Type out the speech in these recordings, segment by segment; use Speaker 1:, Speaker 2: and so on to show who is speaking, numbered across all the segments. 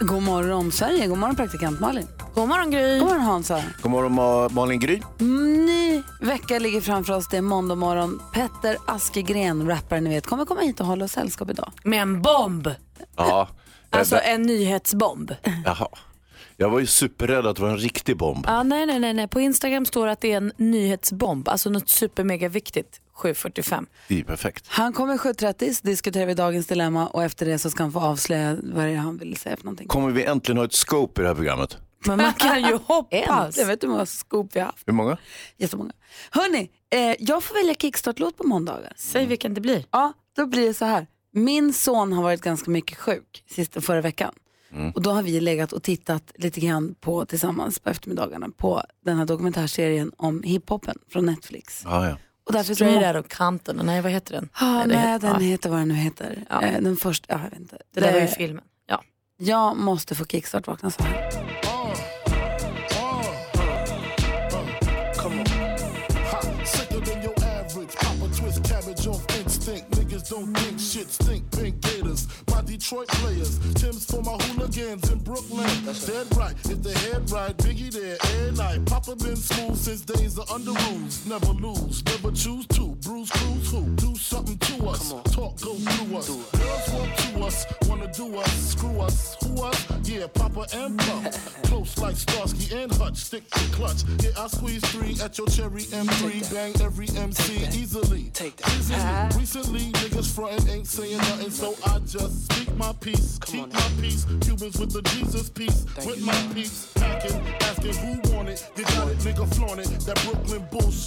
Speaker 1: God morgon Sverige, god morgon praktikant Malin. God morgon Gry. God morgon Hansa.
Speaker 2: God morgon Ma- Malin Gry.
Speaker 1: Ny vecka ligger framför oss, det är måndag morgon. Petter Askegren, rapparen ni vet, kommer komma hit och hålla oss sällskap idag.
Speaker 3: Med en bomb.
Speaker 2: Ja.
Speaker 3: Alltså
Speaker 2: Jag,
Speaker 3: en nyhetsbomb.
Speaker 2: jaha. jag var ju superrädd att det var en riktig bomb.
Speaker 3: Ah, nej, nej, nej, nej. På Instagram står det att det är en nyhetsbomb. Alltså något supermega viktigt. 7.45.
Speaker 2: Det är ju perfekt.
Speaker 1: Han kommer 7.30, så diskuterar vi dagens dilemma och efter det så ska han få avslöja vad det är han vill säga för någonting.
Speaker 2: Kommer vi äntligen ha ett scope i det här programmet?
Speaker 3: Men man kan ju hoppas.
Speaker 1: Jag vet du hur många scoop vi har haft?
Speaker 2: Hur många?
Speaker 1: Jättemånga. Hörni, eh, jag får välja kickstart-låt på måndagar.
Speaker 3: Säg vilken det blir.
Speaker 1: Ja, då blir det så här. Min son har varit ganska mycket sjuk sista förra veckan. Och då har vi legat och tittat lite grann på tillsammans på eftermiddagarna på den här dokumentärserien om hiphopen från Netflix.
Speaker 2: Ah, ja.
Speaker 1: Och därför så...
Speaker 3: Straight där och kanten. Nej, vad heter den?
Speaker 1: Ah,
Speaker 3: det
Speaker 1: nej,
Speaker 3: heter-
Speaker 1: den
Speaker 3: ja.
Speaker 1: heter vad den nu heter.
Speaker 3: Ja.
Speaker 1: Eh, den första, ja, jag vet inte.
Speaker 3: Det där var ju
Speaker 1: Det-
Speaker 3: filmen. Ja.
Speaker 1: jag måste få kickstart vakna så här.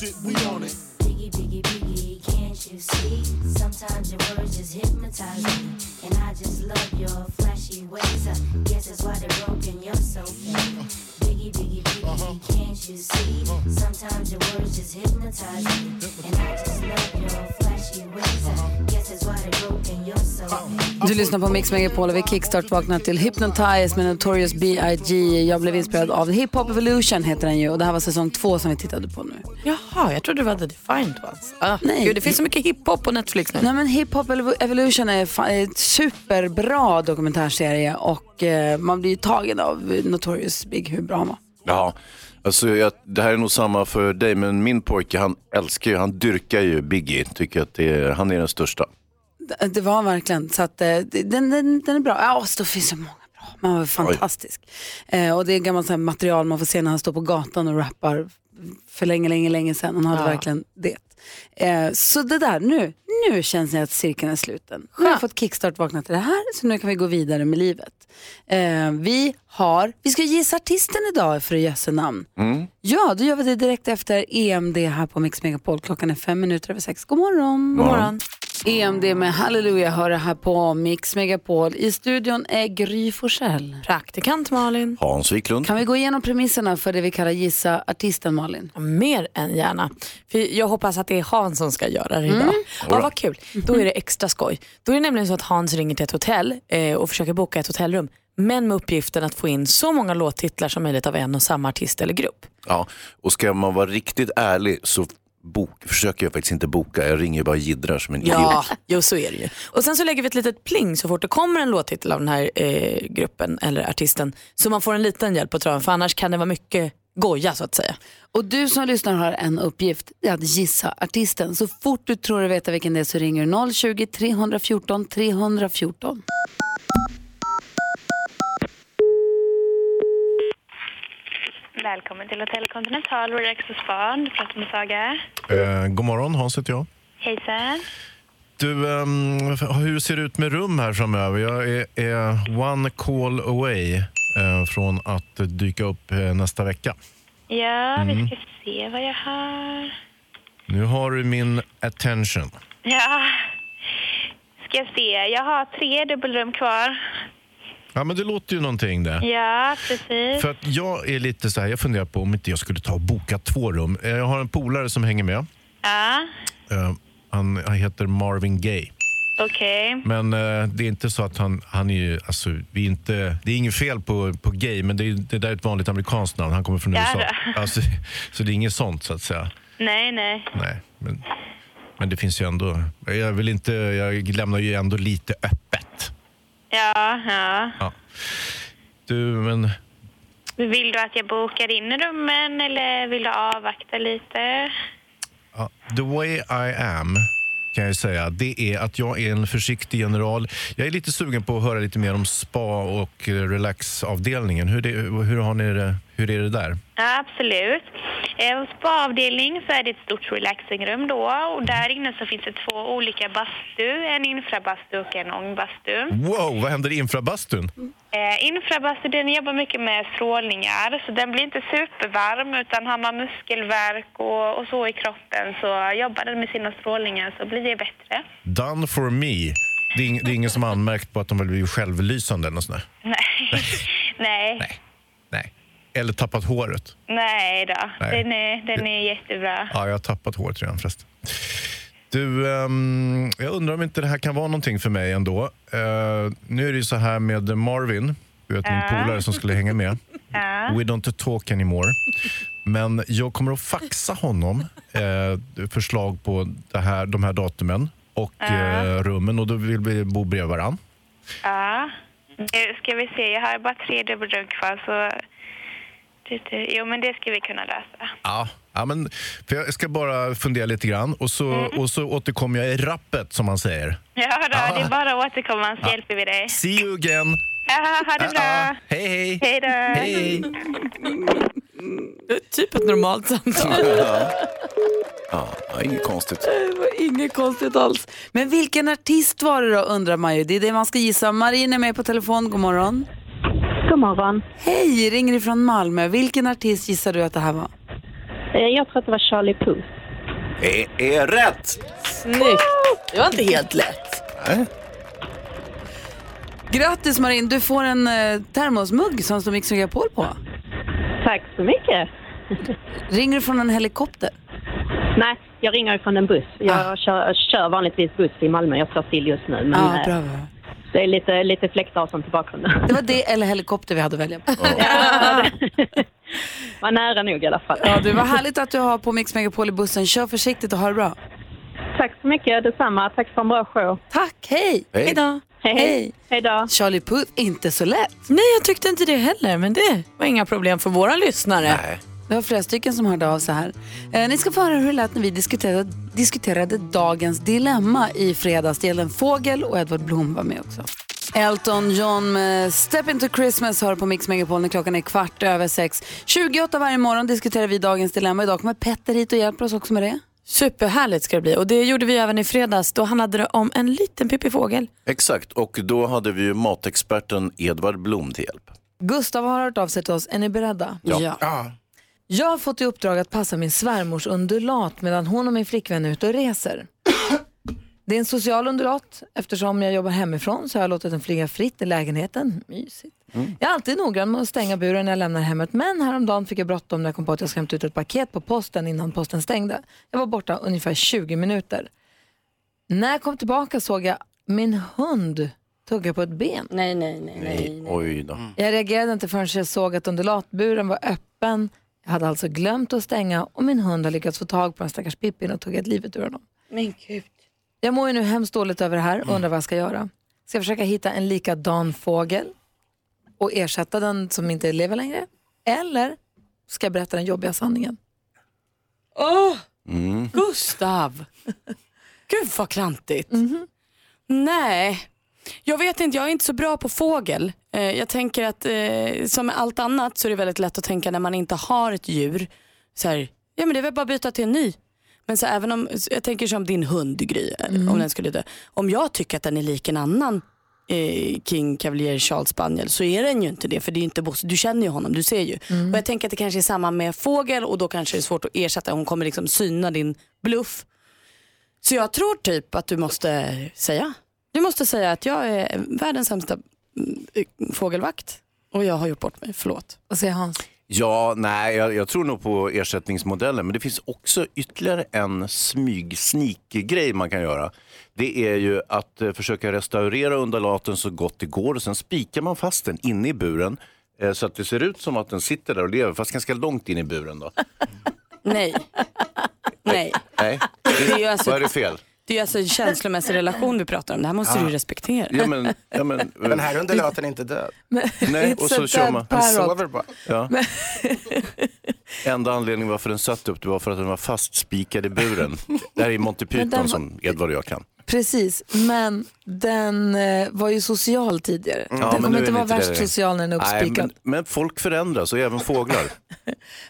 Speaker 4: Biggie, biggie, biggie, can't you see? Sometimes your words just hypnotize me. And I just love your flashy ways. I guess that's why they're broken, you're so mean. Biggie, biggie, biggie, can't you see? Sometimes your words just hypnotize me. And I just love your flashy ways. I guess that's why they're broken, you're so mean.
Speaker 1: Du lyssnar på Mix Megapol och vi kickstart vaknar till Hypnotize med Notorious B.I.G. Jag blev inspirerad av Hip Hop Evolution heter den ju och det här var säsong två som vi tittade på nu.
Speaker 3: Jaha, jag trodde det var The Defined Ones. Ah,
Speaker 1: Nej.
Speaker 3: Gud, det finns så mycket hiphop på Netflix nu.
Speaker 1: Nej men Hip Hop Evo- Evolution är fa- är ett superbra dokumentärserie och eh, man blir ju tagen av Notorious Big hur bra han var.
Speaker 2: Jaha. Alltså, jag, det här är nog samma för dig, men min pojke han älskar ju, han dyrkar ju Biggie. Tycker att det är, han är den största.
Speaker 1: Det- Det var han verkligen, så att eh, det- den, den, den är bra. Ja, och så finns så många bra. Man var fantastisk. Eh, och det är gammalt så här material man får se när han står på gatan och rappar för länge, länge, länge sedan. Han hade verkligen det. Eh, så det där, nu, nu känns det att cirkeln är sluten. Nu har jag fått kickstart vakna till det här, så nu kan vi gå vidare med livet. Eh, vi har, vi ska gissa artisten idag för Jösse namn. Ja, då gör vi det direkt efter EMD här på Mix Megapol. Klockan är fem minuter över sex. God morgon. God morgon. EMD med Halleluja hör det här på Mix Megapol. I studion är Gry Forssell.
Speaker 3: Praktikant Malin.
Speaker 2: Hans Wiklund.
Speaker 1: Kan vi gå igenom premisserna för det vi kallar gissa artisten Malin?
Speaker 3: Mer än gärna. För jag hoppas att det är Hans som ska göra det idag.
Speaker 1: Mm.
Speaker 3: Ja, vad kul. Då är det extra skoj. Då är det nämligen så att Hans ringer till ett hotell eh, och försöker boka ett hotellrum. Men med uppgiften att få in så många låttitlar som möjligt av en och samma artist eller grupp.
Speaker 2: Ja. Och ska man vara riktigt ärlig så bok, försöker jag faktiskt inte boka. Jag ringer ju bara och jiddrar som en idiot.
Speaker 3: jo så är det ju. Och sen så lägger vi ett litet pling så fort det kommer en låttitel av den här eh, gruppen eller artisten. Så man får en liten hjälp på traven för annars kan det vara mycket goja så att säga.
Speaker 1: Och du som lyssnar har en uppgift, det är att gissa artisten. Så fort du tror du vet vilken det är så ringer du 020-314 314.
Speaker 5: Välkommen till Hotel Continental Relax och Spa. Du pratar med Saga.
Speaker 6: Eh, god morgon, Hans heter jag.
Speaker 5: Hejsan.
Speaker 6: Du, ehm, f- hur ser det ut med rum här framöver? Jag är, är one call away eh, från att dyka upp eh, nästa vecka.
Speaker 5: Ja, vi ska se vad jag har.
Speaker 6: Nu har du min attention.
Speaker 5: Ja, ska jag se. Jag har tre dubbelrum kvar.
Speaker 2: Ja, men det låter ju någonting det.
Speaker 5: Mm. Ja, precis.
Speaker 2: För att jag är lite så här, jag funderar på om inte jag skulle ta och boka två rum. Eh, Jag har en polare som hänger med.
Speaker 5: Ja,
Speaker 2: Eh, Han, han heter Marvin Gaye.
Speaker 5: okej.
Speaker 2: Men eh, det är inte så att han, han är ju, alltså, vi är inte, det är inget fel på, på gay, men det, är, det där är ett vanligt amerikanskt namn. Han kommer från
Speaker 5: Ja,
Speaker 2: USA.
Speaker 5: då.
Speaker 2: Alltså, så det är inget sånt så att säga.
Speaker 5: Nej, nej.
Speaker 2: Nej, men, men det finns ju ändå, jag vill inte, jag lämnar ju ändå lite öppet.
Speaker 5: Ja, ja.
Speaker 2: Ja. Du, men
Speaker 5: Vill du att jag bokar in rummen eller vill du avvakta lite?
Speaker 2: Ja, The way I am kan jag ju säga, det är att jag är en försiktig general. Jag är lite sugen på att höra lite mer om spa och eh, relaxavdelningen. Hur, det, hur, har ni det, hur är det där?
Speaker 5: Ja, absolut. Eh, Hos spaavdelning så är det ett stort relaxingrum då och där inne så finns det två olika bastu, en infrabastu och en ångbastu.
Speaker 2: Wow, vad händer i infrabastun?
Speaker 5: Eh, Infrabastu den jobbar mycket med strålningar så den blir inte supervarm utan har man muskelvärk och, och så i kroppen så jobbar den med sina strålningar så blir det bättre.
Speaker 2: Done for me. Det är, ing, det är ingen som har anmärkt på att de väl blir självlysande eller något sånt där.
Speaker 5: Nej, nej,
Speaker 2: Nej. Nej. Eller tappat håret.
Speaker 5: nej då.
Speaker 2: Nej.
Speaker 5: Den är, den är jättebra.
Speaker 2: Ja, jag har tappat håret redan förresten. Du, ehm, jag undrar om inte det här kan vara någonting för mig ändå. Eh, nu är det ju så här med Marvin, du vet min polare som skulle hänga med. We don't talk anymore. Men jag kommer att faxa honom eh, förslag på det här, de här datumen och eh, rummen och då vill vi bo bredvid varandra.
Speaker 5: Ja. Nu ska vi se, jag har bara tre dubbelrum kvar så... det- det- Jo men det ska vi kunna lösa.
Speaker 2: Ja. Ja, men, för jag ska bara fundera lite grann och så,
Speaker 7: Mm.
Speaker 2: och så återkommer jag i rappet som man säger.
Speaker 5: Ja då,
Speaker 2: Ja.
Speaker 5: det är bara att återkomma så hjälper vi dig.
Speaker 2: See you again!
Speaker 5: Ja, ha det
Speaker 2: Ja,
Speaker 5: bra!
Speaker 2: hej hej!
Speaker 5: Hej då!
Speaker 2: Hej.
Speaker 3: Typ ett normalt samtal.
Speaker 7: Ja, inget konstigt.
Speaker 1: Det var inget konstigt alls. Men vilken artist var det då undrar man ju. Det är det man ska gissa. Marin är med på telefon. God morgon.
Speaker 8: God morgon.
Speaker 1: Hej, ringer ifrån Malmö. Vilken artist gissar du att det här var?
Speaker 8: Eh, Jag tror att det var Charlie Puth.
Speaker 7: Är, är rätt!
Speaker 3: Snyggt. Det var inte helt lätt.
Speaker 1: Grattis Marin, du får en eh, termosmugg som står Mix Megapol på.
Speaker 8: Tack så mycket.
Speaker 1: Ringer du från en helikopter?
Speaker 8: Nej, jag ringer från en buss. Jag
Speaker 1: Ah.
Speaker 8: kör, kör vanligtvis buss i Malmö. Jag står still just nu. Men
Speaker 1: Ja,
Speaker 8: eh,
Speaker 1: bra. bra.
Speaker 8: det är lite, lite fläktrasande i bakgrunden.
Speaker 1: Det var det eller helikopter vi hade att välja på.
Speaker 8: Var nära nog i alla fall.
Speaker 1: Ja, du, vad härligt att du har på Mix Megapol i bussen. Kör försiktigt och ha det bra.
Speaker 8: Tack så mycket. Detsamma. Tack för en bra show.
Speaker 1: Tack, hej!
Speaker 7: Hej.
Speaker 1: då! Hej.
Speaker 8: Hej då.
Speaker 1: Charlie Puth, inte så lätt.
Speaker 3: Nej, jag tyckte inte det heller, men det var inga problem för våra lyssnare.
Speaker 7: Nej.
Speaker 1: Det var flera stycken som hörde av sig här. Eh, ni ska få höra hur det lät när vi diskuterade, diskuterade dagens dilemma i fredags. Det gällde en fågel och Edvard Blom var med också. Elton John med Step Into Christmas hör på Mix Megapol när klockan är kvart över sex. 28 varje morgon diskuterar vi dagens dilemma. Idag kommer Petter hit och hjälper oss också med det.
Speaker 3: Superhärligt ska det bli och det gjorde vi även i fredags. Då handlade det om en liten pippifågel.
Speaker 7: Exakt, och då hade vi ju matexperten Edvard Blom till hjälp.
Speaker 1: Gustav har hört av sig till oss. Är ni beredda? Ja. Jag har fått i uppdrag att passa min svärmors undulat medan hon och min flickvän är ute och reser. Det är en social undulat. Eftersom jag jobbar hemifrån så har jag låtit den flyga fritt i lägenheten. Mysigt. Jag är alltid noggrann med att stänga buren när jag lämnar hemmet men häromdagen fick jag bråttom när jag kom på att jag ska hämta ut ett paket på posten innan posten stängde. Jag var borta ungefär 20 minuter. När jag kom tillbaka såg jag min hund tugga på ett ben.
Speaker 8: Nej, nej, nej.
Speaker 7: Nej, oj då.
Speaker 1: Jag reagerade inte förrän jag såg att undulatburen var öppen. Jag hade alltså glömt att stänga och min hund har lyckats få tag på den stackars Pippin och tog ett livet ur honom.
Speaker 8: Men gud.
Speaker 1: Jag mår ju nu hemskt dåligt över det här
Speaker 2: Mm.
Speaker 1: och undrar vad jag ska göra. Ska jag försöka hitta en likadan fågel och ersätta den som inte lever längre? Eller ska jag berätta den jobbiga sanningen? Mm.
Speaker 3: Gustav! Gud vad klantigt. Nej, jag vet inte. Jag är inte så bra på fågel. Eh, Jag tänker att eh, som med allt annat så är det väldigt lätt att tänka när man inte har ett djur. Så här, ja men det är väl bara att byta till en ny. Men så även om, jag tänker som din hund Gry, eller om den skulle dö. Om jag tycker att den är lik en annan eh, King Cavalier Charles Spaniel så är den ju inte det för det är ju inte Bosse. Du känner ju honom, du ser ju.
Speaker 9: Mm.
Speaker 3: Och jag tänker att det kanske är samma med fågel och då kanske det är svårt att ersätta. Hon kommer liksom syna din bluff. Så jag tror typ att du måste säga. Du måste säga att jag är världens sämsta
Speaker 9: eh, fågelvakt och jag har gjort bort mig. Förlåt. Vad säger Hans?
Speaker 2: Ja, nej, jag, jag tror nog på ersättningsmodellen. Men det finns också ytterligare en smyg grej man kan göra. Det är ju att eh, försöka restaurera undulaten så gott det går och sen spikar man fast den inne i buren eh, så att det ser ut som att den sitter där och lever, fast ganska långt in i buren. Då.
Speaker 3: Nej. Nej.
Speaker 2: Nej,
Speaker 3: Det är ju alltså-
Speaker 2: vad är det fel?
Speaker 3: Det är ju alltså en känslomässig relation vi pratar om. Det här måste du ju respektera.
Speaker 2: Ja, men, ja, men, eh,
Speaker 6: Den här undulaten är inte död.
Speaker 2: Nej, och så kör man.
Speaker 6: Den sover bara.
Speaker 2: Ja. Enda anledningen varför den satt upp det var för att den var fastspikad i buren. Det här är Monty
Speaker 1: Men den
Speaker 2: Python
Speaker 1: var-
Speaker 2: som Edvard och jag kan.
Speaker 1: Precis, men den eh, var ju social tidigare.
Speaker 2: Mm. Ja,
Speaker 1: den
Speaker 2: men nu
Speaker 1: kommer
Speaker 2: är
Speaker 1: inte vara
Speaker 2: det
Speaker 1: värst
Speaker 2: det.
Speaker 1: social när den är
Speaker 2: Nej,
Speaker 1: uppspikad.
Speaker 2: men, men folk förändras och även fåglar.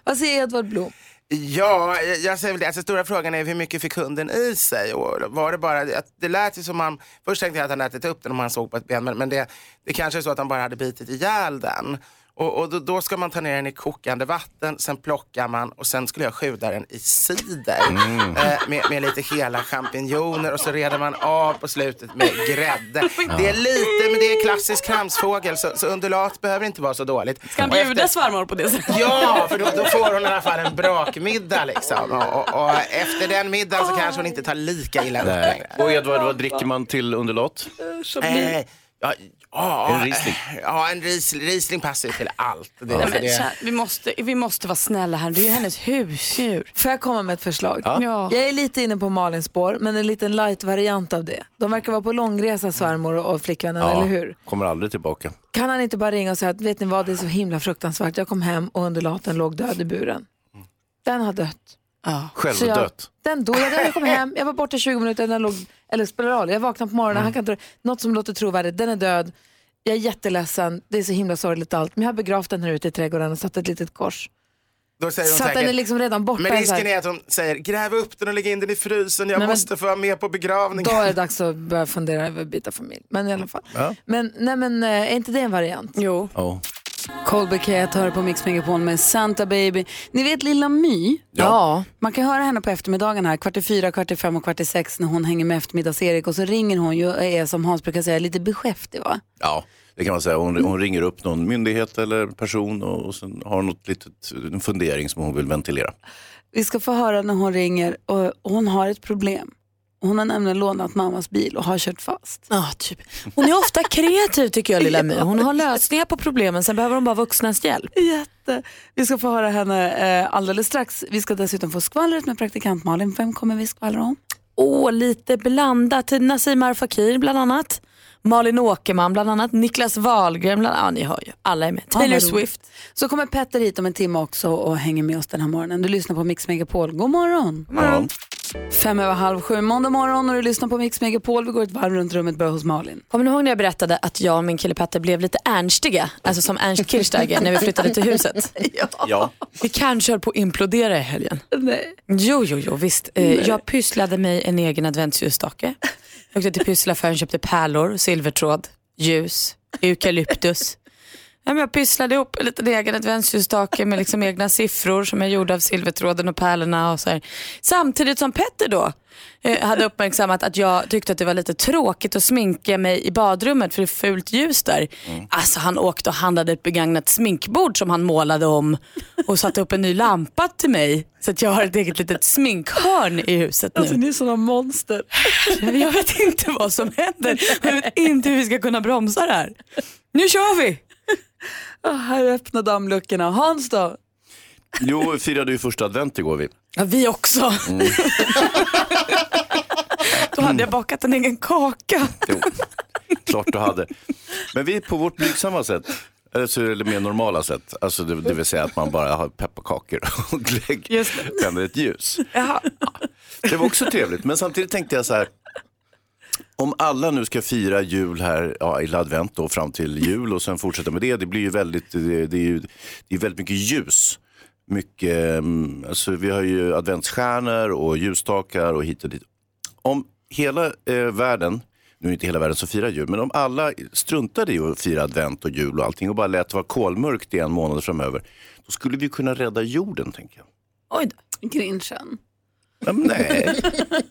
Speaker 1: Vad säger Edvard Blom?
Speaker 6: Ja, jag- jag säger väl det. Alltså, stora frågan är hur mycket fick hunden i sig? Och var det, bara, att det lät ju som han, först tänkte jag att han ätit upp den om han såg på ett ben, men, men det, det kanske är så att han bara hade bitit ihjäl den. Och, och då, då ska man ta ner den i kokande vatten, sen plockar man och sen skulle jag sjuda den i cider
Speaker 3: Mm.
Speaker 6: eh, med, med lite hela champinjoner och så reder man av på slutet med grädde. Det är lite, men det är klassisk kramsfågel så, så undulat behöver inte vara så dåligt.
Speaker 3: Ska han
Speaker 6: Och efter-
Speaker 3: bjuda svärmor på det sättet?
Speaker 6: Ja, för då, då får hon i alla fall en brakmiddag liksom. Och, och, och efter den middagen så kanske hon inte tar lika illa upp
Speaker 2: Nej.
Speaker 6: längre.
Speaker 2: Och Edvard, vad dricker man till underlat?
Speaker 6: Eh, ja, ja,
Speaker 2: En Riesling.
Speaker 6: Ja, en ris, Riesling passar ju till allt. Det,
Speaker 3: Nej,
Speaker 6: det-
Speaker 3: men, tja, vi, måste, vi måste vara snälla här. Det är ju hennes husdjur.
Speaker 1: Får jag komma med ett förslag?
Speaker 3: Ja. Ja.
Speaker 1: Jag är lite inne på Malins spår, men en liten light-variant av det. De verkar vara på långresa, svärmor och flickvännen, eller hur?
Speaker 2: kommer aldrig tillbaka.
Speaker 1: Kan han inte bara ringa och säga att vet ni vad, det är så himla fruktansvärt. Jag kom hem och undulaten låg död i buren. Den har dött. Så jag,
Speaker 2: Självdött.
Speaker 1: Den dog. Jag, jag kom hem, jag var borta 20 minuter, den låg, eller spelar roll, jag vaknade på morgonen, han
Speaker 6: Mm.
Speaker 1: kan inte, något som låter trovärdigt, den är död. Jag är jätteledsen, det är så himla sorgligt allt, men jag har begravt den här ute i trädgården och satt ett litet kors.
Speaker 6: då säger hon
Speaker 1: Så att den
Speaker 6: säkert-
Speaker 1: är liksom redan borta.
Speaker 6: Men
Speaker 1: så
Speaker 6: risken
Speaker 1: här.
Speaker 6: är att hon säger gräv upp den och lägg in den i frysen. Jag
Speaker 1: Nej, men-
Speaker 6: måste få vara med på
Speaker 1: Då
Speaker 6: begravningen.
Speaker 1: är det dags att börja fundera över att byta familj. Men i alla fall.
Speaker 2: Ja.
Speaker 1: Men, nej, men eh, är inte det en variant?
Speaker 3: Jo.
Speaker 2: Ja.
Speaker 1: Colby Cat hör på Mix Megapol med Santa Baby. Ni vet Lilla My?
Speaker 3: Ja.
Speaker 1: Man kan höra henne på eftermiddagen här, kvart i fyra, kvart i fem och kvart i sex när hon hänger med eftermiddags-Erik och så ringer hon ju och är som Hans brukar säga lite beskäftig va?
Speaker 2: Ja, det kan man säga. Hon, hon ringer upp någon myndighet eller person och, och sen har hon något litet, en fundering som hon vill ventilera.
Speaker 1: Vi ska få höra när hon ringer och och hon har ett problem. Hon har nämligen lånat mammas bil och har kört fast.
Speaker 3: Ja, typ. Hon är ofta kreativ tycker jag lilla My. Hon har lösningar på problemen, sen behöver hon bara vuxnas hjälp.
Speaker 1: Jätte. Vi ska få höra henne eh, alldeles strax. Vi ska dessutom få skvallret med praktikant Malin. Vem kommer vi skvallra om?
Speaker 3: Åh, lite blandat. Nassim Al Fakir bland annat. Malin Åkerman bland annat. Niklas Wahlgren bland annat. Ja, ni hör ju. Alla är med.
Speaker 1: Ja, vad
Speaker 3: Taylor
Speaker 1: roligt.
Speaker 3: Swift.
Speaker 1: Så kommer Petter hit om en timme också och hänger med oss den här morgonen. Du lyssnar på Mix Megapol. God morgon!
Speaker 2: Ja.
Speaker 1: Fem över halv sju måndag morgon och du lyssnar på Mix Megapol. Vi går ett varv runt rummet, börjar hos Malin.
Speaker 3: Kommer ni ihåg när jag berättade att jag och min kille Petter blev lite ernstiga? Alltså som Ernst Kirchsteiger när vi flyttade till huset.
Speaker 2: Ja.
Speaker 3: Vi kanske höll på att implodera i helgen.
Speaker 1: Nej.
Speaker 3: Jo, jo, jo, visst. Eh, Jag pysslade mig en egen adventsljusstake. Jag åkte till pysslaffären, köpte pärlor, silvertråd, ljus, eukalyptus. Ja, men Jag pysslade ihop en liten egen adventsljusstake med liksom egna siffror som jag gjorde av silvertråden och pärlorna. Och så här. Samtidigt som Petter då eh, hade uppmärksammat att jag tyckte att det var lite tråkigt att sminka mig i badrummet för det är fult ljus där. Alltså han åkte och handlade ett begagnat sminkbord som han målade om och satte upp en ny lampa till mig så att jag har ett eget litet sminkhörn i huset nu.
Speaker 1: Alltså, ni är sådana monster.
Speaker 3: Jag vet inte vad som händer. Jag vet inte hur vi ska kunna bromsa det här. Nu kör vi!
Speaker 1: Ah, här öppnar dammluckorna. Hans då?
Speaker 2: Jo, vi firade ju första advent igår. Vi. Mm.
Speaker 3: Ja, vi också. Då hade jag bakat en egen kaka.
Speaker 2: Jo, klart du hade. Men vi på vårt blygsamma sätt, alltså, eller mer normala sätt, alltså, det, det vill säga att man bara har pepparkakor och glögg, tänder ett ljus.
Speaker 3: Jaha.
Speaker 2: Det var också trevligt, men samtidigt tänkte jag så här, om alla nu ska fira jul här ja, i advent då, fram till jul och sen fortsätta med det, det blir ju väldigt, det, det är ju det är väldigt mycket ljus. Mycket, mm, alltså, vi har ju adventsstjärnor och ljusstakar och hit och dit om hela eh, världen, nu är inte hela världen som firar jul, men om alla struntade i att fira advent och jul och allting och bara lät det vara kolmörkt i en månad framöver, då skulle vi kunna rädda jorden, tänker jag.
Speaker 3: Oj då.
Speaker 1: Grinchen.
Speaker 2: Men nej,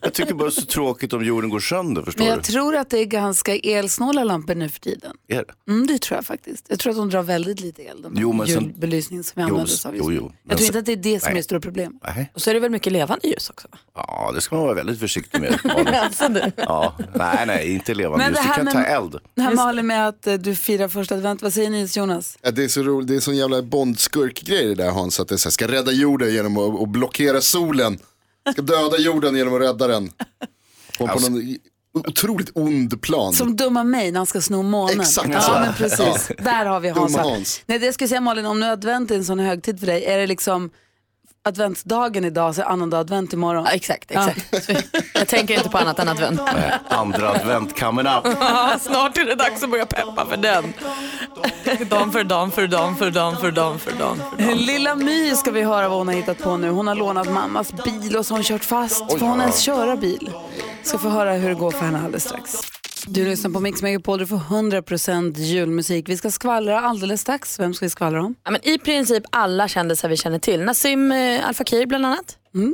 Speaker 2: jag tycker bara det är så tråkigt om jorden går sönder, förstår
Speaker 1: Men jag
Speaker 2: du?
Speaker 1: tror att det är ganska elsnåla lampor nu för tiden.
Speaker 2: Är det?
Speaker 1: Mm, det tror jag faktiskt. Jag tror att de drar väldigt lite el, de
Speaker 2: Jo, men sen-
Speaker 1: julbelysning som vi
Speaker 2: Jo,
Speaker 1: använder
Speaker 2: s-
Speaker 1: oss av
Speaker 2: jo,
Speaker 1: nu.
Speaker 2: jo. Men
Speaker 1: Jag tror
Speaker 2: sen-
Speaker 1: inte att det är det som är
Speaker 2: Nej.
Speaker 1: det stora problemet.
Speaker 2: Nej.
Speaker 1: Och så är det väl mycket levande ljus också?
Speaker 2: Ja, det ska man vara väldigt försiktig med. Ja, nej, nej, inte levande
Speaker 1: Men
Speaker 2: ljus.
Speaker 1: det
Speaker 2: Det
Speaker 1: här
Speaker 2: kan
Speaker 1: med-
Speaker 2: ta eld.
Speaker 1: Det här Malin med att eh, du firar första advent, vad säger ni Jonas?
Speaker 10: Ja, det är så roligt, det är en sån jävla bondskurkgrej det där Hans, att det är så här, ska rädda jorden genom att att blockera solen. Ska döda jorden genom att rädda den. Kom på någon otroligt ond plan.
Speaker 1: Som dumma mig när han ska sno månen.
Speaker 10: Exakt så.
Speaker 1: ja, men precis.
Speaker 10: Ja.
Speaker 1: Där har vi Hans.
Speaker 10: Dumma Hans.
Speaker 1: Nej, det jag skulle säga Malin, om nu advent är en sån högtid för dig, är det liksom adventsdagen idag så är annandag advent imorgon?
Speaker 3: exakt, exakt. Jag tänker inte på annat än advent.
Speaker 2: Nej, Andra advent coming up.
Speaker 3: Snart är det dags att börja peppa för den. Dam för dam för dam för dam för dam för dam.
Speaker 1: Eh, Lilla My ska vi höra vad hon har hittat på nu. Hon har lånat mammas bil och så har hon kört fast. Får hon ens köra bil? Ska få höra hur det går för henne alldeles strax. Du lyssnar på Mix Megapol, du får 100% julmusik. Vi ska skvallra alldeles strax. Vem ska vi skvallra om?
Speaker 3: Ja, men I princip alla kändisar vi känner till. Nassim eh, Al Fakir bland annat.
Speaker 1: Mm.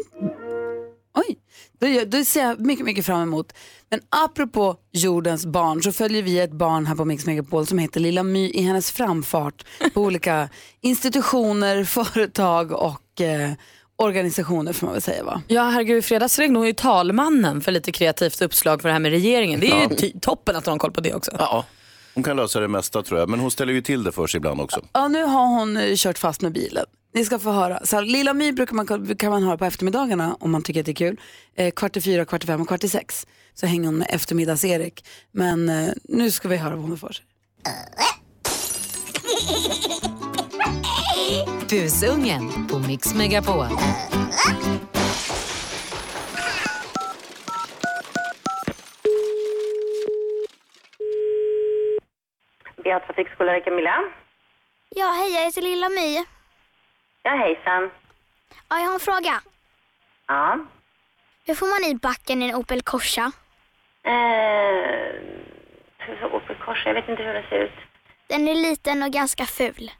Speaker 1: Det, det ser jag mycket, mycket fram emot. Men apropå jordens barn så följer vi ett barn här på Mix Megapol som heter Lilla My i hennes framfart på olika institutioner, företag och eh, organisationer får man väl säga va?
Speaker 3: Ja, herregud, i fredags ringde hon ju talmannen för lite kreativt uppslag för det här med regeringen. Det är ju
Speaker 2: Ja.
Speaker 3: ty- toppen att de har koll på det också.
Speaker 2: Ja, hon kan lösa det mesta tror jag, men hon ställer ju till det för sig ibland också.
Speaker 1: Ja, nu har hon eh, kört fast med bilen. Ni ska få höra. Så här, Lilla My brukar man, kan man höra på eftermiddagarna om man tycker att det är kul. Eh, kvart i fyra, kvart i fem och kvart i sex så hänger hon med eftermiddags-Erik. Men eh, nu ska vi höra vad hon har för sig.
Speaker 11: Busungen på Mix Megapol.
Speaker 12: Vi har trafikskola i Camilla.
Speaker 13: Ja, hej, jag heter Lilla My.
Speaker 12: Ja, hejsan.
Speaker 13: Ja, jag har en fråga.
Speaker 12: Ja.
Speaker 13: Hur får man i backen i en Opel Corsa?
Speaker 12: Eh, hur- Opel Corsa, jag vet inte hur den ser ut.
Speaker 13: Den är liten och ganska ful.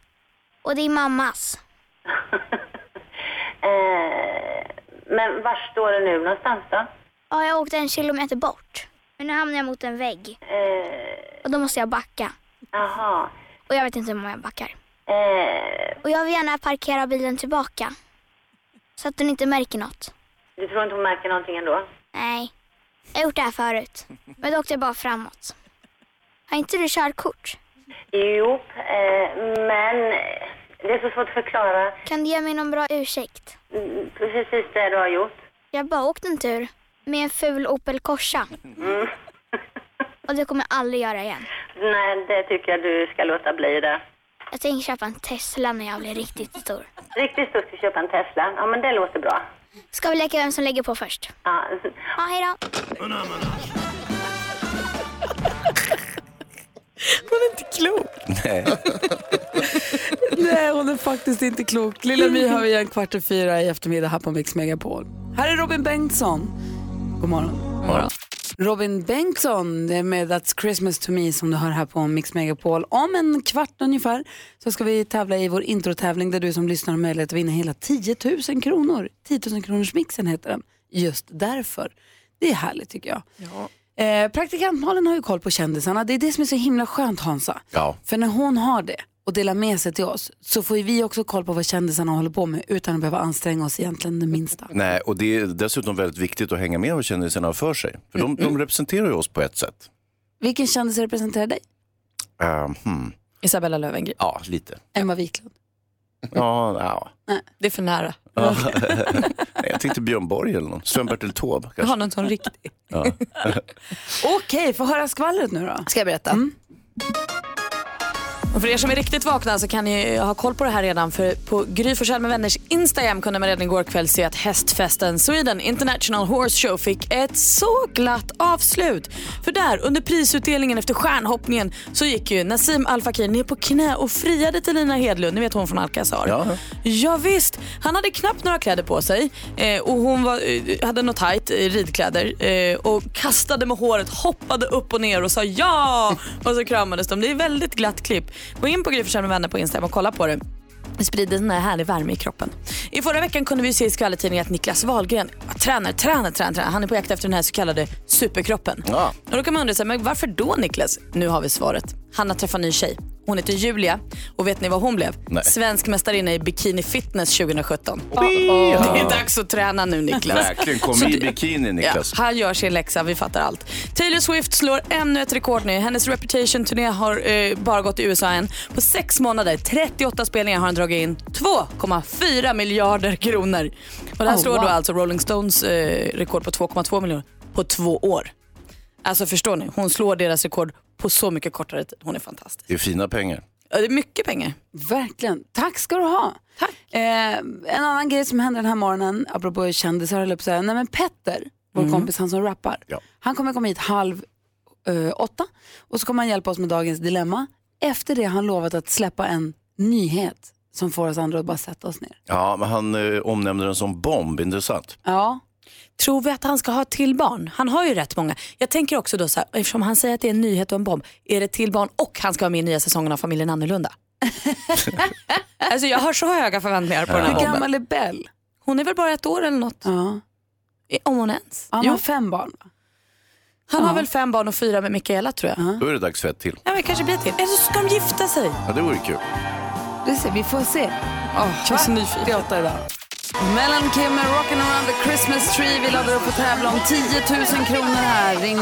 Speaker 13: Och det är mammas.
Speaker 12: Eh, men var står den nu någonstans då?
Speaker 13: Ja, jag åkte en kilometer bort. Men nu hamnar jag mot en vägg.
Speaker 12: Eh.
Speaker 13: Och då måste jag backa.
Speaker 12: Jaha.
Speaker 13: Och jag vet inte hur många jag backar.
Speaker 12: Eh,
Speaker 13: Och jag vill gärna parkera bilen tillbaka. Så att den inte märker något.
Speaker 12: du tror inte hon märker någonting ändå?
Speaker 13: Nej. Jag har gjort det här förut. Men då åkte jag bara framåt. Har inte du körkort?
Speaker 12: Jo, eh, men det är så svårt att förklara
Speaker 13: Kan du ge mig någon bra ursäkt?
Speaker 12: mm, precis det du har gjort.
Speaker 13: Jag bara åkte en tur med en ful Opel Corsa.
Speaker 12: Mm.
Speaker 13: Och det kommer jag aldrig göra igen.
Speaker 12: Nej, det tycker jag du ska låta bli det.
Speaker 13: Jag tänker köpa en Tesla när jag blir riktigt stor.
Speaker 12: Riktigt stort att köpa en Tesla. Ja, men det låter bra.
Speaker 13: Ska vi leka vem som lägger på först?
Speaker 12: Ja.
Speaker 13: Ja, hej då.
Speaker 1: Hon är inte klok.
Speaker 2: Nej.
Speaker 1: Nej, Eh, hon är faktiskt inte klok. Lilla My har vi igen kvart i fyra i eftermiddag här på Mix Megapol. Här är Robin Bengtsson. God morgon. Robin Bengtsson det är med That's Christmas to me som du hör här på Mix Megapol. Om en kvart ungefär så ska vi tävla i vår introtävling där du som lyssnar har möjlighet att vinna hela 10 000 kronor. 10 000 kronors mixen heter den. Just därför. Det är härligt tycker jag. Eh, praktikant Malin har ju koll på kändisarna. Det är det som är så himla skönt Hansa.
Speaker 2: Ja.
Speaker 1: För när hon har det och delar med sig till oss så får ju vi också koll på vad kändisarna håller på med utan att behöva anstränga oss egentligen det minsta.
Speaker 2: Nej, och det är dessutom väldigt viktigt att hänga med vad kändisarna har för sig. För de,
Speaker 1: Mm,
Speaker 2: de representerar ju oss på ett sätt.
Speaker 1: Vilken kändis representerar dig?
Speaker 2: Eh, hmm.
Speaker 3: Isabella Löwengrip.
Speaker 2: Ja, lite.
Speaker 1: Emma Wiklund.
Speaker 2: Ja, ja.
Speaker 3: Det är för nära.
Speaker 2: Ja. Nej, jag tänkte Björn Borg eller någon. Sven-Bertil Taube
Speaker 3: Jag har
Speaker 2: kanske.
Speaker 3: någon sån riktig.
Speaker 2: Ja.
Speaker 1: Okej, få höra skvallret nu då. Mm.
Speaker 3: Ska jag berätta? Och för er som är riktigt vakna så kan ni ha koll på det här redan. För på Gry Forssell med vänners Instagram kunde man redan igår kväll se att hästfesten Sweden International Horse Show fick ett så glatt avslut. För där under prisutdelningen efter stjärnhoppningen så gick ju Nassim Al Fakir ner på knä och friade till Lina Hedlund, ni vet hon från Alcazar.
Speaker 2: Ja.
Speaker 3: Ja, visst, han hade knappt några kläder på sig eh, och hon var, eh, hade något tajt eh, ridkläder eh, och kastade med håret, hoppade upp och ner och sa ja och så kramades de. Det är väldigt glatt klipp. Gå in på Gry Forssell med vänner på Instagram och kolla på det. Det sprider sån här härlig värme i kroppen. I förra veckan kunde vi se i skvallertidningen att Niklas Wahlgren ja, tränar, tränar, tränar, tränar. Han är på jakt efter den här så kallade superkroppen. Och då kan man undra sig, men varför då Niklas? Nu har vi svaret. Han har träffat en ny tjej. Hon heter Julia och vet ni vad hon blev?
Speaker 8: Nej.
Speaker 3: Svensk mästarinna i bikini fitness 2017.
Speaker 8: Wee!
Speaker 3: Det är dags att träna nu Niklas.
Speaker 2: Verkligen, kom
Speaker 3: Så
Speaker 2: i
Speaker 3: det-
Speaker 2: bikini Niklas.
Speaker 3: Ja, han gör sin läxa, vi fattar allt. Taylor Swift slår ännu ett rekord nu. Hennes Reputation-turné har eh, bara gått i USA än. På sex månader, 38 spelningar har han dragit in 2,4 miljarder kronor. Och det här
Speaker 8: Oh,
Speaker 3: slår då
Speaker 8: wow.
Speaker 3: alltså Rolling Stones eh, rekord på 2,2 miljoner på två år. Alltså förstår ni, hon slår deras rekord på så mycket kortare tid. Hon är fantastisk.
Speaker 2: Det är fina pengar.
Speaker 3: Ja, Det är mycket pengar.
Speaker 1: Verkligen. Tack ska du ha. Eh, en annan grej som hände den här morgonen, apropå kändisar, höll jag på att säga. Nej, men Petter, vår
Speaker 3: Mm.
Speaker 1: kompis, han som rappar, han kommer komma hit halv eh, åtta och så kommer han hjälpa oss med dagens dilemma. Efter det har han lovat att släppa en nyhet som får oss andra att bara sätta oss ner.
Speaker 2: Ja, men han eh, omnämnde den som bomb, intressant.
Speaker 1: Ja.
Speaker 3: Tror vi att han ska ha till barn? Han har ju rätt många. Jag tänker också då så här, eftersom han säger att det är en nyhet och en bomb, är det till barn och han ska vara med i nya säsongen av Familjen Annorlunda? alltså jag har så höga förväntningar på den här
Speaker 1: Hur
Speaker 3: bomben.
Speaker 1: gammal är Bell?
Speaker 3: Hon är väl bara ett år eller något?
Speaker 1: Ja.
Speaker 3: Om hon ens?
Speaker 1: Han
Speaker 3: Jo.
Speaker 1: har fem barn. va?
Speaker 3: Han har väl fem barn och fyra med Mikaela tror jag.
Speaker 2: Då är det dags för ett till.
Speaker 3: Ja, men kanske blir det till. Eller så ska de gifta sig.
Speaker 2: Ja, det vore kul.
Speaker 1: Du ser, vi får se. Oh, jag är så nyfiken. Det är åtta idag. Mellan Kim med Rockin' around the Christmas tree. Vi laddar upp och tävlar om 10 000 kronor här. Ring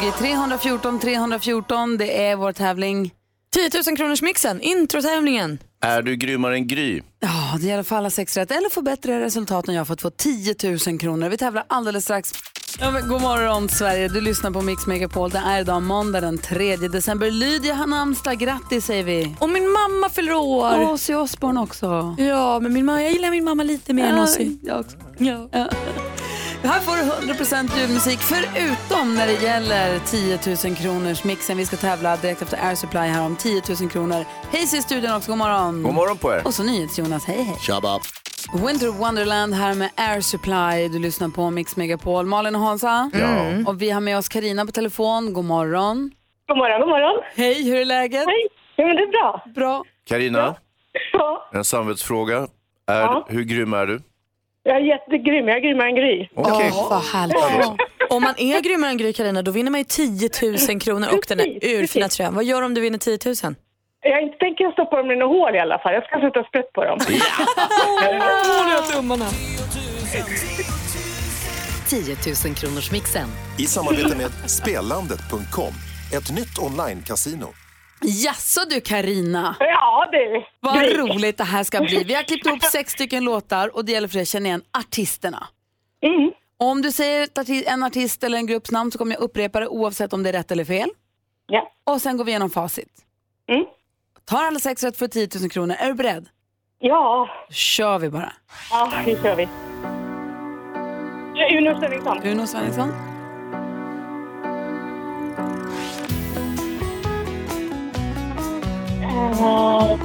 Speaker 1: 020 314 314. Det är vår tävling.
Speaker 3: 10 000 kronors mixen, introtävlingen.
Speaker 2: Är du grymmare än Gry?
Speaker 1: Ja, det gäller för alla sex rätt eller få bättre resultat än jag för att få 10 000 kronor. Vi tävlar alldeles strax. Ja, men, god morgon Sverige, du lyssnar på Mix Megapol. Det är idag måndag den 3 december. Lydia har namnsdag, grattis säger vi.
Speaker 3: Och min mamma fyller år.
Speaker 1: Och Ozzy Osbourne också.
Speaker 3: Ja, men min mamma, jag gillar min mamma lite mer än
Speaker 1: Ja,
Speaker 3: Ozzy.
Speaker 1: Jag också.
Speaker 3: Ja.
Speaker 1: Här får du 100% julmusik förutom när det gäller 10 000 kronors mixen. Vi ska tävla direkt efter Air Supply här om 10 000 kronor. Hej i studion också, god morgon.
Speaker 2: God morgon på er.
Speaker 1: Och så NyhetsJonas, hej hej.
Speaker 14: Tjaba.
Speaker 1: Winter Wonderland här med Air Supply. Du lyssnar på Mix Megapol. Malin och Hansa.
Speaker 2: Ja.
Speaker 1: Och vi har med oss Karina på telefon. God morgon.
Speaker 11: God morgon, god morgon.
Speaker 1: Hej, hur är läget?
Speaker 11: Hej, ja, men det är bra.
Speaker 1: Bra.
Speaker 2: Karina,
Speaker 11: Ja,
Speaker 2: en samvetsfråga. Är,
Speaker 11: Ja.
Speaker 2: Hur grym är du?
Speaker 11: jag är jättegrym, jag är grymmare än Gry.
Speaker 2: Okej.
Speaker 3: Åh, vad härligt. Om man är grymmare än Gry Carina, då vinner man ju 10 000 kronor och den här urfina tröjan. Vad gör du om du vinner 10 000?
Speaker 11: Jag tänker jag stoppa dem i några hål i alla fall. Jag ska sätta sprätt på dem.
Speaker 15: 10 000 kronors mixen.
Speaker 16: I samarbete med Spelandet.com, ett nytt online-casino.
Speaker 1: Jaså du Karina.
Speaker 11: Ja du.
Speaker 1: Vad
Speaker 11: Gry.
Speaker 1: roligt det här ska bli. Vi har klippt ihop sex stycken låtar och det gäller för dig att känna igen artisterna.
Speaker 11: Mm.
Speaker 1: Om du säger ett arti- en artist eller en grupps namn så kommer jag upprepa det oavsett om det är rätt eller fel.
Speaker 11: Ja. Mm.
Speaker 1: Och sen går vi igenom facit. Tar alla sex rätt för 10 000 kronor. Är du beredd?
Speaker 11: Ja.
Speaker 1: kör vi bara.
Speaker 11: Ja, nu kör vi. Uno Svenningsson.
Speaker 1: Uno Svenningsson.
Speaker 11: Eh, Åh.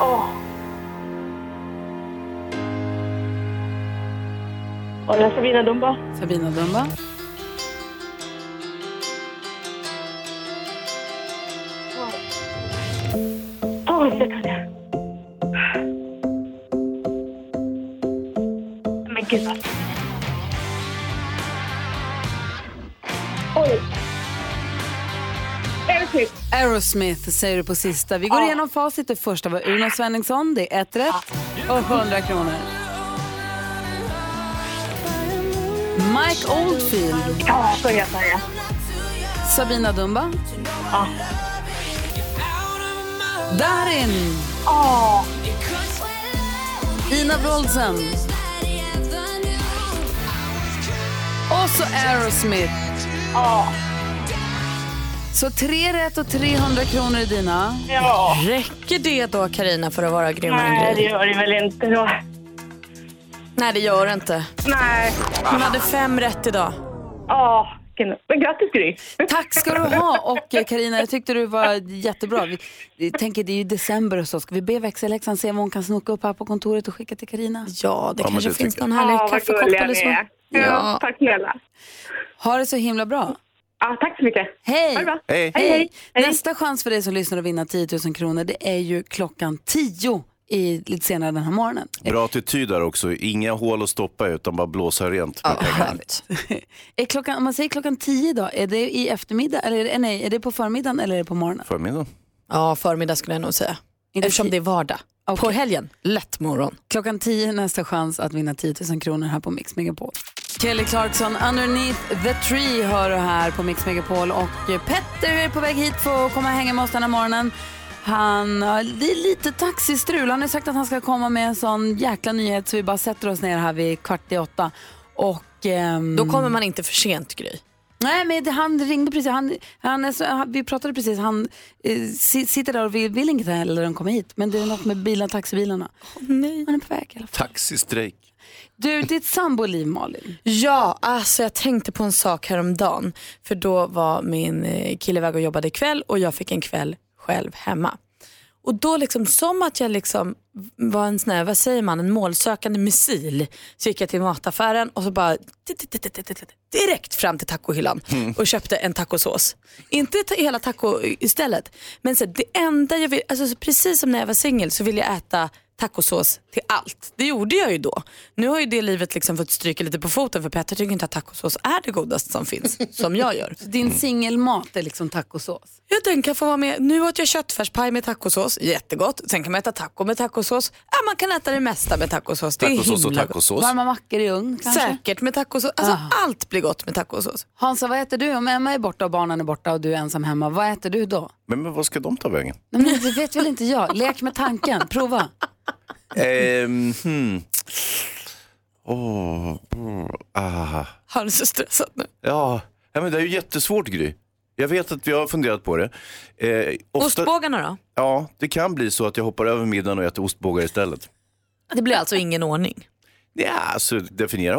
Speaker 11: Åh. Och det är Sabina Dumba.
Speaker 1: Sabina Dumba.
Speaker 11: Åh, det kan jag. Men gud vad... Oj. Aerosmith.
Speaker 1: Aerosmith säger du på sista. Vi går igenom facit. Det första var Uno Svenningsson. Det är ett rätt och 100 kronor. Mike Oldfield.
Speaker 11: Ja, så jag säga.
Speaker 1: Sabina Dumba.
Speaker 6: 아,
Speaker 11: Ja.
Speaker 1: Darin.
Speaker 11: Ja.
Speaker 1: Ina Wroldsen. Och så Aerosmith.
Speaker 11: Ja.
Speaker 1: Så tre rätt och 300 kronor är dina.
Speaker 11: Ja.
Speaker 3: Räcker det då Carina för att vara grymmare
Speaker 11: Nej,
Speaker 3: än
Speaker 11: det
Speaker 3: Gry?
Speaker 11: gör det väl inte. Då.
Speaker 3: Nej, det gör det inte.
Speaker 11: Nej.
Speaker 3: Hon hade fem rätt idag.
Speaker 11: Ja, men grattis Gry.
Speaker 1: Tack ska du ha. Och eh, Karina, jag tyckte du var jättebra. Vi, vi tänker det är ju december och så. Ska vi be växelhäxan se om hon kan snoka upp här på kontoret och skicka till Karina?
Speaker 3: Ja, det
Speaker 1: Ja, men
Speaker 3: kanske
Speaker 1: det
Speaker 3: finns
Speaker 1: tycker
Speaker 3: någon
Speaker 1: jag.
Speaker 3: härlig
Speaker 1: Ja, vad
Speaker 3: kaffekopp
Speaker 1: gulliga
Speaker 3: eller så.
Speaker 1: ni är.
Speaker 11: Ja, tack snälla.
Speaker 1: Ha det så himla bra.
Speaker 11: Ja, tack så mycket.
Speaker 1: Hej.
Speaker 11: Ha det bra.
Speaker 2: Hej.
Speaker 11: Hej, hej.
Speaker 1: Nästa chans för dig som lyssnar att vinna 10 000 kronor det är ju klockan 10 i, lite senare den här morgonen.
Speaker 2: Bra attityd där också. Inga hål att stoppa i, utan bara blåsa rent med pengarna.
Speaker 1: Är klockan, om man säger klockan 10 idag, är det i eftermiddag eller är det, nej, är det på förmiddagen eller är det på morgonen?
Speaker 2: Förmiddag.
Speaker 3: Ja, förmiddag skulle jag nog säga. Eftersom det är vardag. På helgen, lätt morgon.
Speaker 1: Klockan 10 nästa chans att vinna 10 000 kronor här på Mix Megapol. Kelly Clarkson, Underneath the Tree hör du här på Mix Megapol och eh, Petter är på väg hit för att komma och hänga med oss den här morgonen. Han har li- lite taxistrul. Han har sagt att han ska komma med en sån jäkla nyhet så vi bara sätter oss ner här vid kvart i åtta. Och, ehm,
Speaker 3: Då kommer man inte för sent Gry.
Speaker 1: Nej, men det, han ringde precis. Han, han är så, han, vi pratade precis. Han eh, si, sitter där och vill, vill inte heller än komma hit. Men det är något med bilen, taxibilarna.
Speaker 3: nej.
Speaker 1: Han är på väg. i alla fall.
Speaker 2: Taxistrejk.
Speaker 1: Du, ditt samboliv Malin.
Speaker 3: Ja, alltså jag tänkte på en sak häromdagen. För då var min eh, kille iväg och jobbade kväll och jag fick en kväll själv hemma. Och då liksom som att jag liksom var en sån här, vad säger man, en målsökande missil. Så gick jag till mataffären och så bara tit, tit, tit, tit, tit, tit, direkt fram till tacohyllan
Speaker 8: Mm.
Speaker 3: och köpte en tacosås. Inte ta- hela tacostället, men så här, det enda jag vill, alltså så precis som när jag var singel så ville jag äta tacosås till allt. Det gjorde jag ju då. Nu har ju det livet liksom fått stryka lite på foten för Petter tycker inte att tacosås är det godaste som finns, som jag gör.
Speaker 1: Din singelmat är liksom tacosås.
Speaker 3: Jag tänker jag får vara med. Nu åt jag köttfärspaj med tacosås, jättegott. Sen kan man äta taco med tacosås. Ja, man kan äta det mesta med tacosås. Det är
Speaker 2: Tacosås och
Speaker 3: himla gott.
Speaker 2: tacosås.
Speaker 1: Varma mackor i ugn kanske? Ah.
Speaker 3: Säkert med tacosås. Alltså, Allt blir gott med tacosås.
Speaker 1: Hansa, vad äter du om Emma är borta och barnen är borta och du är ensam hemma? Vad äter du då?
Speaker 2: Men, men vad ska de ta vägen?
Speaker 1: Nej, men det vet väl inte jag. Lek med tanken. Prova.
Speaker 2: Ehm, hmm. Åh, oh, ah.
Speaker 3: Han är så stressad nu.
Speaker 2: Ja, ja, men det är ju jättesvårt Gry. Jag vet att vi har funderat på det. Eh, ofta-
Speaker 3: Ostbågarna då?
Speaker 2: Ja, det kan bli så att jag hoppar över middagen och äter ostbågar istället.
Speaker 3: Det blir alltså ingen ordning.
Speaker 2: Ja, alltså definiera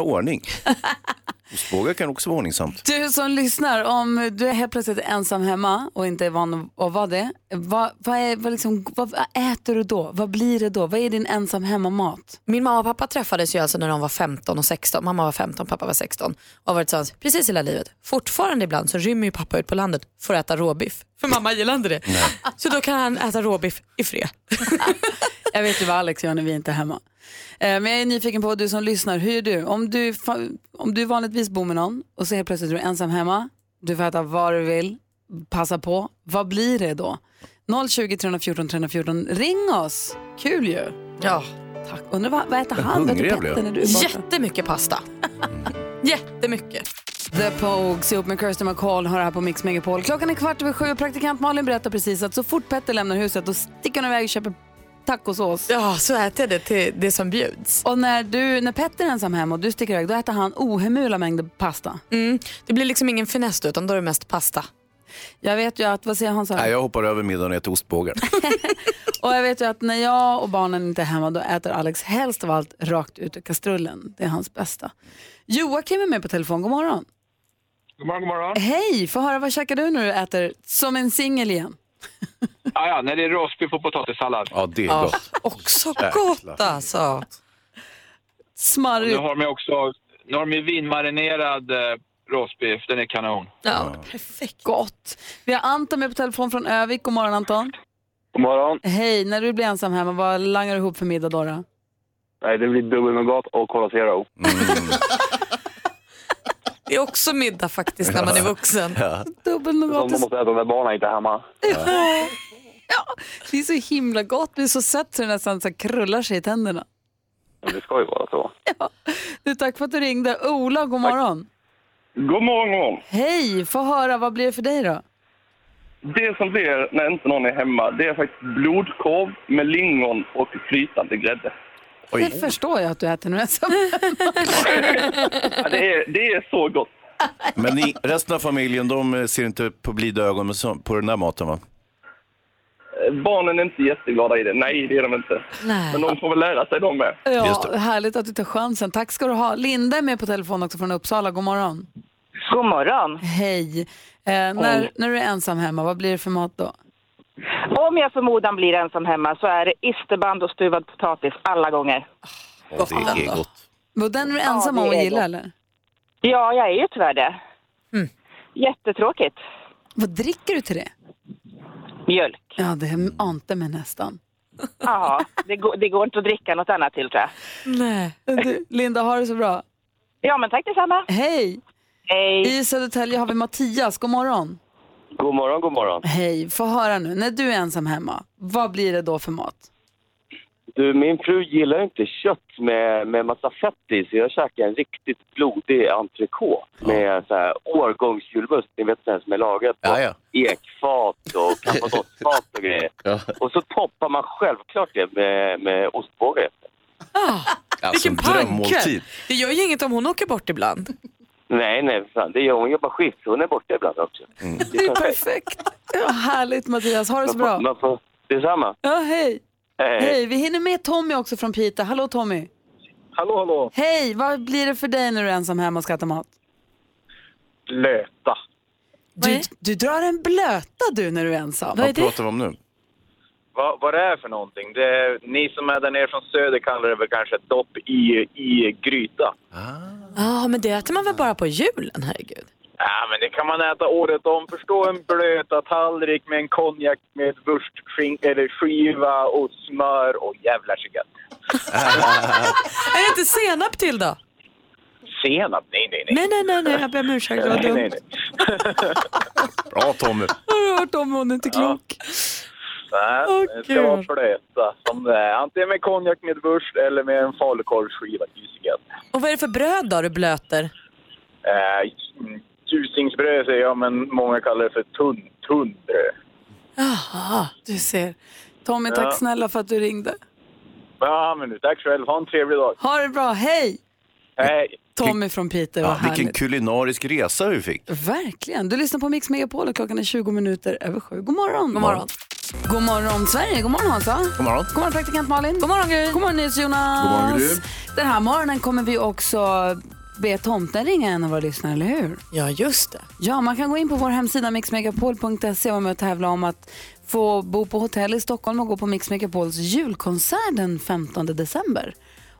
Speaker 2: ordning. ostbågar kan också vara ordningsamt.
Speaker 1: Du som lyssnar, om du är helt plötsligt ensam hemma och inte är van att vara det, vad, vad, är, vad, liksom, vad, vad äter du då? Vad blir det då? Vad är din ensam hemma-mat?
Speaker 3: Min mamma och pappa träffades ju alltså när de var 15 och 16. Mamma var 15, pappa var 16. Och har varit tillsammans precis hela livet. Fortfarande ibland så rymmer ju pappa ut på landet för att äta råbiff. För mamma gillar inte det. Så då kan han äta råbiff i fred.
Speaker 1: Jag vet ju vad Alex gör när vi inte är hemma. Eh, Men jag är nyfiken på, du som lyssnar, hur gör du? Om du, fa- om du vanligtvis bor med någon och så helt plötsligt är du ensam hemma, du får äta vad du vill, passa på, vad blir det då? 020 314 314, ring oss! Kul ju!
Speaker 3: Ja.
Speaker 1: Tack. Undrar vad, vad äter
Speaker 3: Vad
Speaker 1: han? Vad
Speaker 3: hungrig
Speaker 1: äter
Speaker 3: jag blev.
Speaker 1: Petter när du är borta?
Speaker 3: Jättemycket pasta. Jättemycket.
Speaker 1: The Pogues ihop med Kirsten McCall har det här på Mix Megapol. Klockan är kvart över sju och praktikant Malin berättar precis att så fort Petter lämnar huset då sticker han iväg och köper tacosås.
Speaker 3: Ja, så äter jag det till det som bjuds.
Speaker 1: Och när, du, när Petter är ensam hemma och du sticker iväg då äter han ohemula mängder pasta.
Speaker 3: Mm. Det blir liksom ingen finess då, utan då är det mest pasta.
Speaker 1: Jag vet ju att, vad säger han så
Speaker 2: Nej, jag hoppar över middagen och äter ostbågar.
Speaker 1: Och jag vet ju att när jag och barnen inte är hemma då äter Alex helst av allt rakt ut ur kastrullen. Det är hans bästa. Joakim är med på telefon, god morgon.
Speaker 17: God morgon, god morgon.
Speaker 1: Hej, få höra vad käkar du när du äter som en singel igen?
Speaker 17: Ja, ja, när det är rostbiff och potatissallad.
Speaker 2: Ja, det
Speaker 1: är gott.
Speaker 3: Också
Speaker 1: gott alltså.
Speaker 17: Nu
Speaker 1: Smarrigt.
Speaker 17: har de ju också nu har de ju vinmarinerad eh, rostbiff. Den är kanon.
Speaker 1: Ja, perfekt. Gott. Vi har Anton med på telefon från Övik. God morgon Anton.
Speaker 18: God morgon.
Speaker 1: Hej, när du blir ensam hemma, vad langar du ihop för middag då? då?
Speaker 18: Nej, det blir dubbelnougat och Cola Zero.
Speaker 3: Det är också middag faktiskt när man är vuxen.
Speaker 1: Dubbel nougat.
Speaker 18: Som de måste äta när barnen inte är hemma.
Speaker 1: Ja. det är så himla gott. Det är så sött så det nästan så här krullar sig i tänderna.
Speaker 18: Men Det ska ju vara så.
Speaker 1: Du, tack för att du ringde. Ola, god morgon.
Speaker 19: God morgon, god morgon.
Speaker 1: Hej, få höra. Vad blir det för dig då?
Speaker 19: Det som blir när inte någon är hemma, det är faktiskt blodkorv med lingon och flytande grädde.
Speaker 1: Det förstår jag att du äter nu Alltså. ensam.
Speaker 19: Ja, det, är, det är så gott.
Speaker 2: Men i, resten av familjen, de eh, ser inte på blida ögon med så- på den där maten va?
Speaker 19: Eh, Barnen är inte jätteglada i det. Nej, det är de inte.
Speaker 1: Nej.
Speaker 19: Men de får väl lära sig de med.
Speaker 1: Ja, härligt att du tar chansen. Tack ska du ha. Linda är med på telefon också från Uppsala. God morgon.
Speaker 20: God morgon.
Speaker 1: Hej. Eh, när, när du är ensam hemma, vad blir det för mat då?
Speaker 20: Om jag förmodan blir ensam hemma så är det isterband och stuvad potatis alla gånger.
Speaker 2: Det är gott.
Speaker 1: Och Den är du ensam
Speaker 20: Ja,
Speaker 1: om
Speaker 20: det
Speaker 1: och
Speaker 20: är
Speaker 1: gillar
Speaker 20: gott.
Speaker 1: eller?
Speaker 20: Ja, jag är ju tyvärr det. Jättetråkigt.
Speaker 1: Vad dricker du till det?
Speaker 20: Mjölk.
Speaker 1: Ja, det ante mig nästan.
Speaker 20: Ja, det går, det går inte att dricka något annat till tror jag.
Speaker 1: Nej. Du, Linda, har det så bra.
Speaker 20: Ja, men tack detsamma.
Speaker 1: Hej!
Speaker 20: Hej.
Speaker 1: I Södertälje har vi Mattias. God morgon.
Speaker 18: God morgon, god morgon.
Speaker 1: Hej. Få höra nu, när du är ensam hemma, vad blir det då för mat?
Speaker 18: Du, min fru gillar ju inte kött med, med massa fett i, så jag käkar en riktigt blodig entrecote med så här årgångsjulmust, ni vet den som är lagad på ekfat och kappadottfat och grejer. Och så toppar man självklart det med, med ostbåge.
Speaker 1: Ah.
Speaker 18: Alltså,
Speaker 3: Vilken panke!
Speaker 18: drömmåltid.
Speaker 3: Det gör ju inget om hon åker bort ibland.
Speaker 18: Nej, nej, för fan. Det gör hon jobbar skift, så hon är borta ibland också.
Speaker 1: Det är perfekt. Ja, härligt Mattias, ha det så
Speaker 18: Man får,
Speaker 1: bra.
Speaker 18: man får, detsamma.
Speaker 1: Ja, hej.
Speaker 18: Hej.
Speaker 1: Hej, vi hinner med Tommy också från Pita. Hallå Tommy.
Speaker 21: Hallå, hallå.
Speaker 1: Hej, vad blir det för dig när du är ensam hemma och ska äta mat?
Speaker 21: Löta.
Speaker 1: Du, du drar en blöta du när du är ensam.
Speaker 21: vi om nu? Va, vad det är för någonting? Det är, ni som är där nere från söder kallar det väl kanske dopp i, i gryta.
Speaker 3: Ja, men det äter man väl bara på julen, herregud.
Speaker 21: Ja, men det kan man äta året om. Förstå en blöta tallrik med en konjak med wurstskinka eller skiva och smör och jävlar så gött.
Speaker 3: Är det inte senap till då?
Speaker 21: Senap? Nej, nej, nej.
Speaker 3: Nej, nej, nej, nej. jag ber om ursäkt. Det var
Speaker 21: Nej, nej,
Speaker 3: dumt.
Speaker 21: nej.
Speaker 2: Bra Tommy.
Speaker 3: Har du hört om hon är inte klok?
Speaker 21: Nej, det ska vara
Speaker 3: kul.
Speaker 21: flöta som det är. Antingen med konjak med wurst eller med en falukorvsskiva. Gysigt gött.
Speaker 3: Och vad är det för bröd då du blöter?
Speaker 21: Eh, Ljusingsbröd säger jag, men många kallar det för tunn, tunn bröd.
Speaker 1: Jaha, du ser. Tommy, tack
Speaker 21: Ja.
Speaker 1: snälla för att du ringde.
Speaker 21: Ja, men du, tack själv. Ha en trevlig dag.
Speaker 1: Ha det bra, hej!
Speaker 21: Hej!
Speaker 1: Tommy från Piteå, vad
Speaker 2: Ja, vilken
Speaker 1: härligt.
Speaker 2: kulinarisk resa vi fick.
Speaker 1: Verkligen. Du lyssnar på Mix Megapol och klockan är 20 minuter över sju. God morgon.
Speaker 2: God morgon.
Speaker 1: God morgon Sverige, god morgon Hansa. God
Speaker 2: morgon.
Speaker 1: God morgon praktikant Malin. God morgon Gry. God morgon Jonas.
Speaker 22: God morgon, Gry.
Speaker 1: Den här morgonen kommer vi också be tomten ringa en av våra lyssnare, eller hur?
Speaker 3: Ja, just det.
Speaker 1: Ja, man kan gå in på vår hemsida mixmegapol.se och vara med och tävla om att få bo på hotell i Stockholm och gå på Mix Megapols julkonsert den 15 december.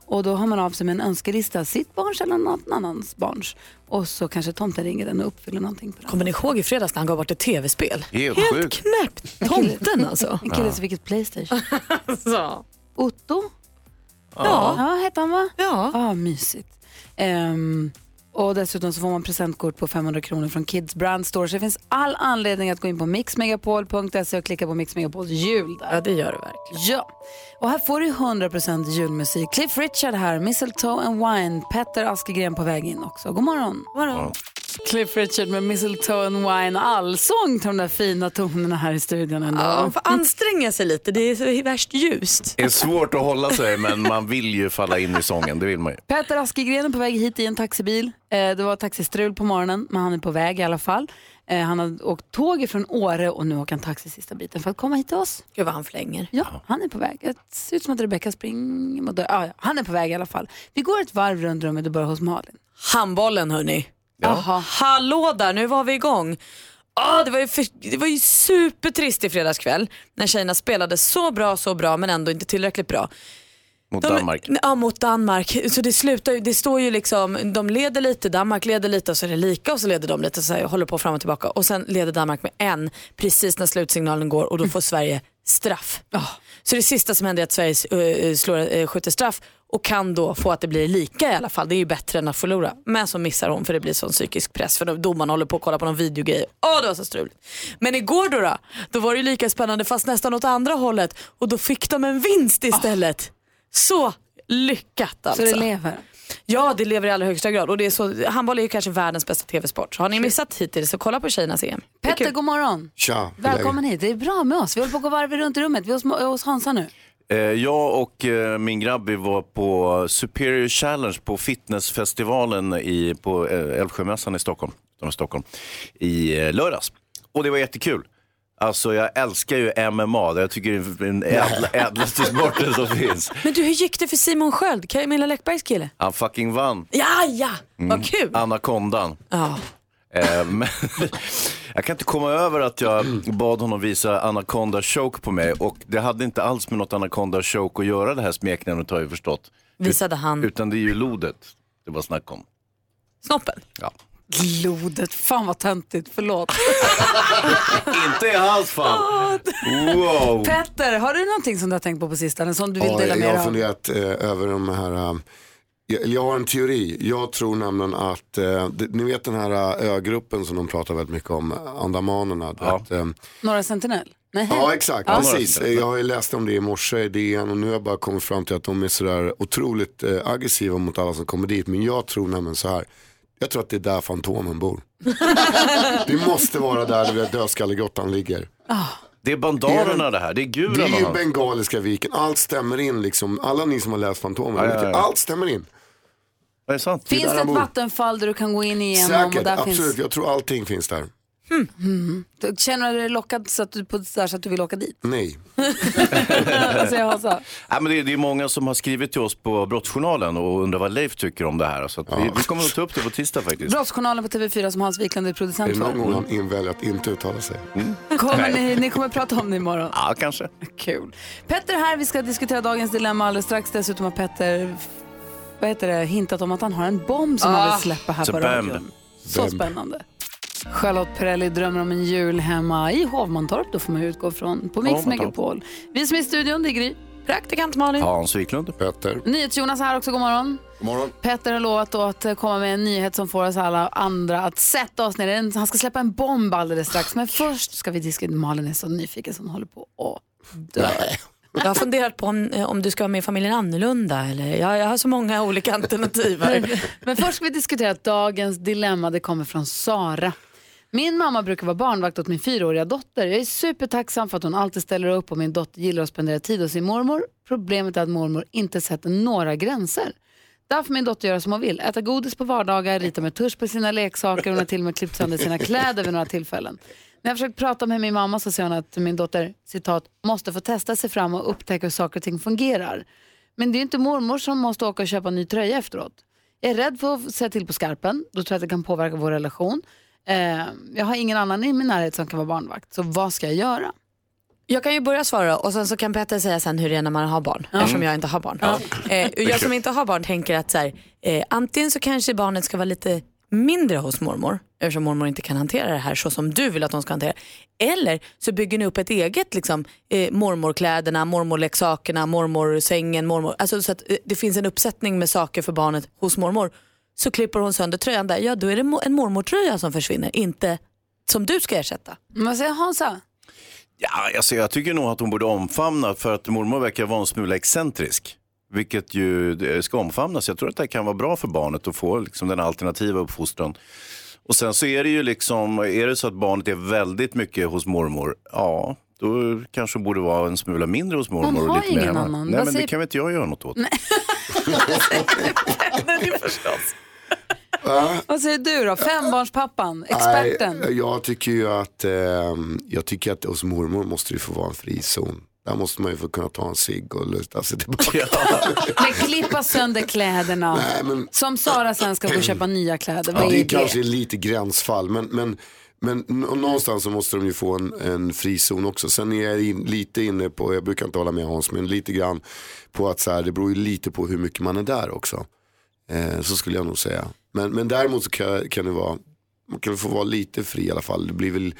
Speaker 1: Och då har man av sig med en önskelista, sitt barns eller någon annans barns. Och så kanske tomten ringer den och uppfyller någonting på den.
Speaker 3: Kommer ni ihåg i fredags när han gav bort ett tv-spel?
Speaker 2: Helt,
Speaker 1: sjukt.
Speaker 3: knäppt. Tomten alltså.
Speaker 1: En kille som fick ett Playstation.
Speaker 3: alltså.
Speaker 1: Otto?
Speaker 3: Ja.
Speaker 1: ja hette han va? Ja. ah, mysigt. Ehm, och dessutom så får man presentkort på 500 kronor från Kids Brand Store. Så det finns all anledning att gå in på mixmegapol.se och klicka på Mix Megapols jul där.
Speaker 3: Ja, det gör det verkligen.
Speaker 1: Ja. Och här får du 100% julmusik. Cliff Richard här, Mistletoe and Wine. Petter Askegren på väg in också. God morgon.
Speaker 3: morgon.
Speaker 1: Cliff Richard med Mistletoe and Wine. Allsång till de där fina tonerna här i studion ändå.
Speaker 3: Ja, man får anstränga sig lite. Det är så värst ljust.
Speaker 2: Det är svårt att hålla sig men man vill ju falla in i sången, det vill man ju.
Speaker 1: Peter Askegren är på väg hit i en taxibil. Eh, det var taxistrul på morgonen, men han är på väg i alla fall. Eh, han har åkt tåg från Åre och nu åker han taxi sista biten för att komma hit till oss.
Speaker 3: Gud vad han flänger.
Speaker 1: Ja, han är på väg. Det ser ut som att Rebecka springer mot dörren. Ah, ja, han är på väg i alla fall. Vi går ett varv runt rummet och börjar hos Malin.
Speaker 3: Handbollen hörni.
Speaker 1: Jaha.
Speaker 3: Hallå där, nu var vi igång. Ah, det, var ju för, det var ju supertrist i fredags kväll när tjejerna spelade så bra, så bra men ändå inte tillräckligt bra.
Speaker 2: Mot
Speaker 3: de,
Speaker 2: Danmark.
Speaker 3: Ja, mot Danmark. Så det slutar ju, det står ju liksom, de leder lite, Danmark leder lite och så är det lika och så leder de lite och så här, håller på fram och tillbaka. Och sen leder Danmark med en precis när slutsignalen går och då får Sverige straff. Så det sista som händer är att Sverige eh, slår, eh, skjuter straff och kan då få att det blir lika i alla fall. Det är ju bättre än att förlora. Men så missar hon för det blir sån psykisk press för domaren håller på att kolla på någon videogrej. Åh det var så struligt. Men igår då, då, då var det ju lika spännande fast nästan åt andra hållet och då fick de en vinst istället. Så lyckat alltså.
Speaker 1: Så det lever.
Speaker 3: Ja, det lever i allra högsta grad. Och det är så, handboll är ju kanske världens bästa tv-sport. Så har ni missat hittills så kolla på tjejernas E EM.
Speaker 1: Petter, god morgon.
Speaker 14: Tja,
Speaker 1: Välkommen hit. Det är bra med oss. Vi håller på att gå varv runt i rummet. Vi är hos, hos Hansa nu.
Speaker 2: Eh, Jag och eh, min grabb vi var på Superior Challenge på fitnessfestivalen i, på eh, Älvsjömässan i Stockholm, utanför Stockholm i eh, lördags. Och det var jättekul. Alltså jag älskar ju MMA, jag tycker det är den ädla, ädlaste sporten som finns.
Speaker 3: Men du, hur gick det för Simon Sköld, Camilla Läckbergs kille?
Speaker 2: Han fucking vann. Mm.
Speaker 3: Ja, ja, vad kul.
Speaker 2: Anakondan.
Speaker 3: Ja.
Speaker 2: Eh, men jag kan inte komma över att jag bad honom visa Anaconda Choke på mig och det hade inte alls med något Anaconda Choke att göra det här smeknamnet har jag ju förstått.
Speaker 3: Visade han
Speaker 2: Utan det är ju lodet det var snack om.
Speaker 3: snoppen?
Speaker 2: Ja.
Speaker 1: Glodet, fan vad töntigt, förlåt.
Speaker 2: Inte i hans fall. Wow.
Speaker 1: Petter, har du någonting som du har tänkt på på sistone som du vill
Speaker 10: ja,
Speaker 1: dela med
Speaker 10: jag
Speaker 1: dig
Speaker 10: har
Speaker 1: av?
Speaker 10: funderat eh, över de här, eh, jag, jag har en teori. Jag tror nämligen att, eh, d- ni vet den här eh, ögruppen som de pratar väldigt mycket om, andamanerna. Ja, att, eh,
Speaker 1: Norra Sentinel? Nej.
Speaker 10: ja exakt,
Speaker 1: Ja.
Speaker 10: precis. Eh, Jag har ju läst om det i morse i DN och nu har jag bara kommit fram till att de är sådär otroligt eh, aggressiva mot alla som kommer dit. Men jag tror nämligen så här, jag tror att det är där Fantomen bor. det måste vara där den där dödskallegrottan ligger.
Speaker 1: Ah.
Speaker 2: Det är bandanerna det här, det är guran
Speaker 10: Det är ju
Speaker 2: han har.
Speaker 10: Bengaliska viken, allt stämmer in liksom. Alla ni som har läst Fantomen,
Speaker 2: Ja, ja,
Speaker 10: vet ju,
Speaker 2: ja.
Speaker 10: allt stämmer in.
Speaker 2: Det är sant.
Speaker 1: Finns det ett vattenfall där du kan gå in igenom? och
Speaker 10: Säkert,
Speaker 1: där
Speaker 10: absolut.
Speaker 1: Finns...
Speaker 10: Jag tror allting finns där.
Speaker 1: Mm. Du- Känner du dig lockad så att du, på, så här, så att du vill åka dit?
Speaker 10: Nej.
Speaker 1: alltså, jag har så.
Speaker 2: Ja, men det, är- det är många som har skrivit till oss på Brottsjournalen och undrar vad Leif tycker om det här. Så att vi, vi kommer att ta upp det på tisdag faktiskt.
Speaker 1: Brottsjournalen på TV4 som Hans Wiklund är producent för.
Speaker 2: Mm.
Speaker 10: han inväljer att inte uttala sig?
Speaker 1: Kommer ni, ni kommer prata om det imorgon?
Speaker 2: Ja, kanske.
Speaker 1: Kul. Petter här, vi ska diskutera dagens dilemma alldeles strax. Dessutom har Petter vad heter det, hintat om att han har en bomb som han
Speaker 23: Ah.
Speaker 1: vill släppa här
Speaker 23: Så
Speaker 1: på
Speaker 23: bam.
Speaker 1: radion. Så
Speaker 23: Bam.
Speaker 1: spännande. Charlotte Perrelli drömmer om en jul hemma i Hovmantorp, då får man ju utgå från, på Mix
Speaker 2: Hovmantorp.
Speaker 1: Megapol. Vi som är i studion, det är Gry. Praktikant Malin.
Speaker 2: Hans Wiklund.
Speaker 10: Petter.
Speaker 1: NyhetsJonas här också, god morgon.
Speaker 10: God morgon.
Speaker 1: Petter har lovat då att eh, komma med en nyhet som får oss alla andra att sätta oss ner. En- Han ska släppa en bomb alldeles strax, men först ska vi diskutera. Malin är så nyfiken som hon håller på att dö.
Speaker 3: Jag har funderat på om, eh, om du ska vara med i familjen annorlunda. Eller? Jag, jag har så många olika alternativ här.
Speaker 1: Men först ska vi diskutera dagens dilemma. Det kommer från Sara. Min mamma brukar vara barnvakt åt min fyraåriga dotter. Jag är supertacksam för att hon alltid ställer upp och min dotter gillar att spendera tid hos sin mormor. Problemet är att mormor inte sätter några gränser. Där får min dotter göra som hon vill. Äta godis på vardagar, rita med tusch på sina leksaker. Hon har till och med klippt sönder sina kläder vid några tillfällen. När jag försökt prata med min mamma så säger hon att min dotter, citat, måste få testa sig fram och upptäcka hur saker och ting fungerar. Men det är ju inte mormor som måste åka och köpa en ny tröja efteråt. Jag är rädd för att säga till på skarpen. Då tror jag att det kan påverka vår relation. Eh, jag har ingen annan i min närhet som kan vara barnvakt. Så vad ska jag göra?
Speaker 3: Jag kan ju börja svara och sen så kan Petter säga sen hur det är när man har barn eftersom jag inte har barn. Eh, och jag som inte har barn tänker att så här, eh, antingen så kanske barnet ska vara lite mindre hos mormor eftersom mormor inte kan hantera det här så som du vill att hon ska hantera. Eller så bygger ni upp ett eget liksom, eh, mormorkläderna, mormorleksakerna, mormorsängen, mormor. Alltså så att eh, det finns en uppsättning med saker för barnet hos mormor. Så klipper hon sönder tröjan där, ja då är det mo- en mormortröja som försvinner, inte som du ska ersätta.
Speaker 1: Vad säger Hansa?
Speaker 2: Ja, alltså, jag tycker nog att hon borde omfamna för att mormor verkar vara en smula excentrisk. Vilket ju eh, ska omfamnas. Jag tror att det här kan vara bra för barnet att få liksom, den alternativa uppfostran. Och sen så är det ju liksom, är det så att barnet är väldigt mycket hos mormor, ja då kanske hon borde vara en smula mindre hos mormor.
Speaker 1: Hon
Speaker 2: och
Speaker 1: har
Speaker 2: lite
Speaker 1: ingen
Speaker 2: mer hemma.
Speaker 1: annan. Vad
Speaker 2: Nej men
Speaker 1: säger-
Speaker 2: det kan väl inte jag göra något åt.
Speaker 1: Vad säger du då? Fembarnspappan, experten.
Speaker 10: Nej, jag tycker ju att, eh, jag tycker att hos mormor måste det få vara en frizon. Där måste man ju få kunna ta en cigg och luta sig tillbaka.
Speaker 1: Men klippa sönder kläderna.
Speaker 10: Nej, men-
Speaker 1: Som Sara sen ska gå och köpa nya kläder. Vad
Speaker 10: Ja,
Speaker 1: är
Speaker 10: det är
Speaker 1: det?
Speaker 10: kanske är lite gränsfall, men, men, men n- någonstans så måste de ju få en, en frizon också. Sen är jag in, lite inne på, jag brukar inte hålla med Hans, men lite grann på att så här, det beror ju lite på hur mycket man är där också. Eh, så skulle jag nog säga. Men, men däremot så kan, kan det vara, man kan få vara lite fri i alla fall. Det blir väl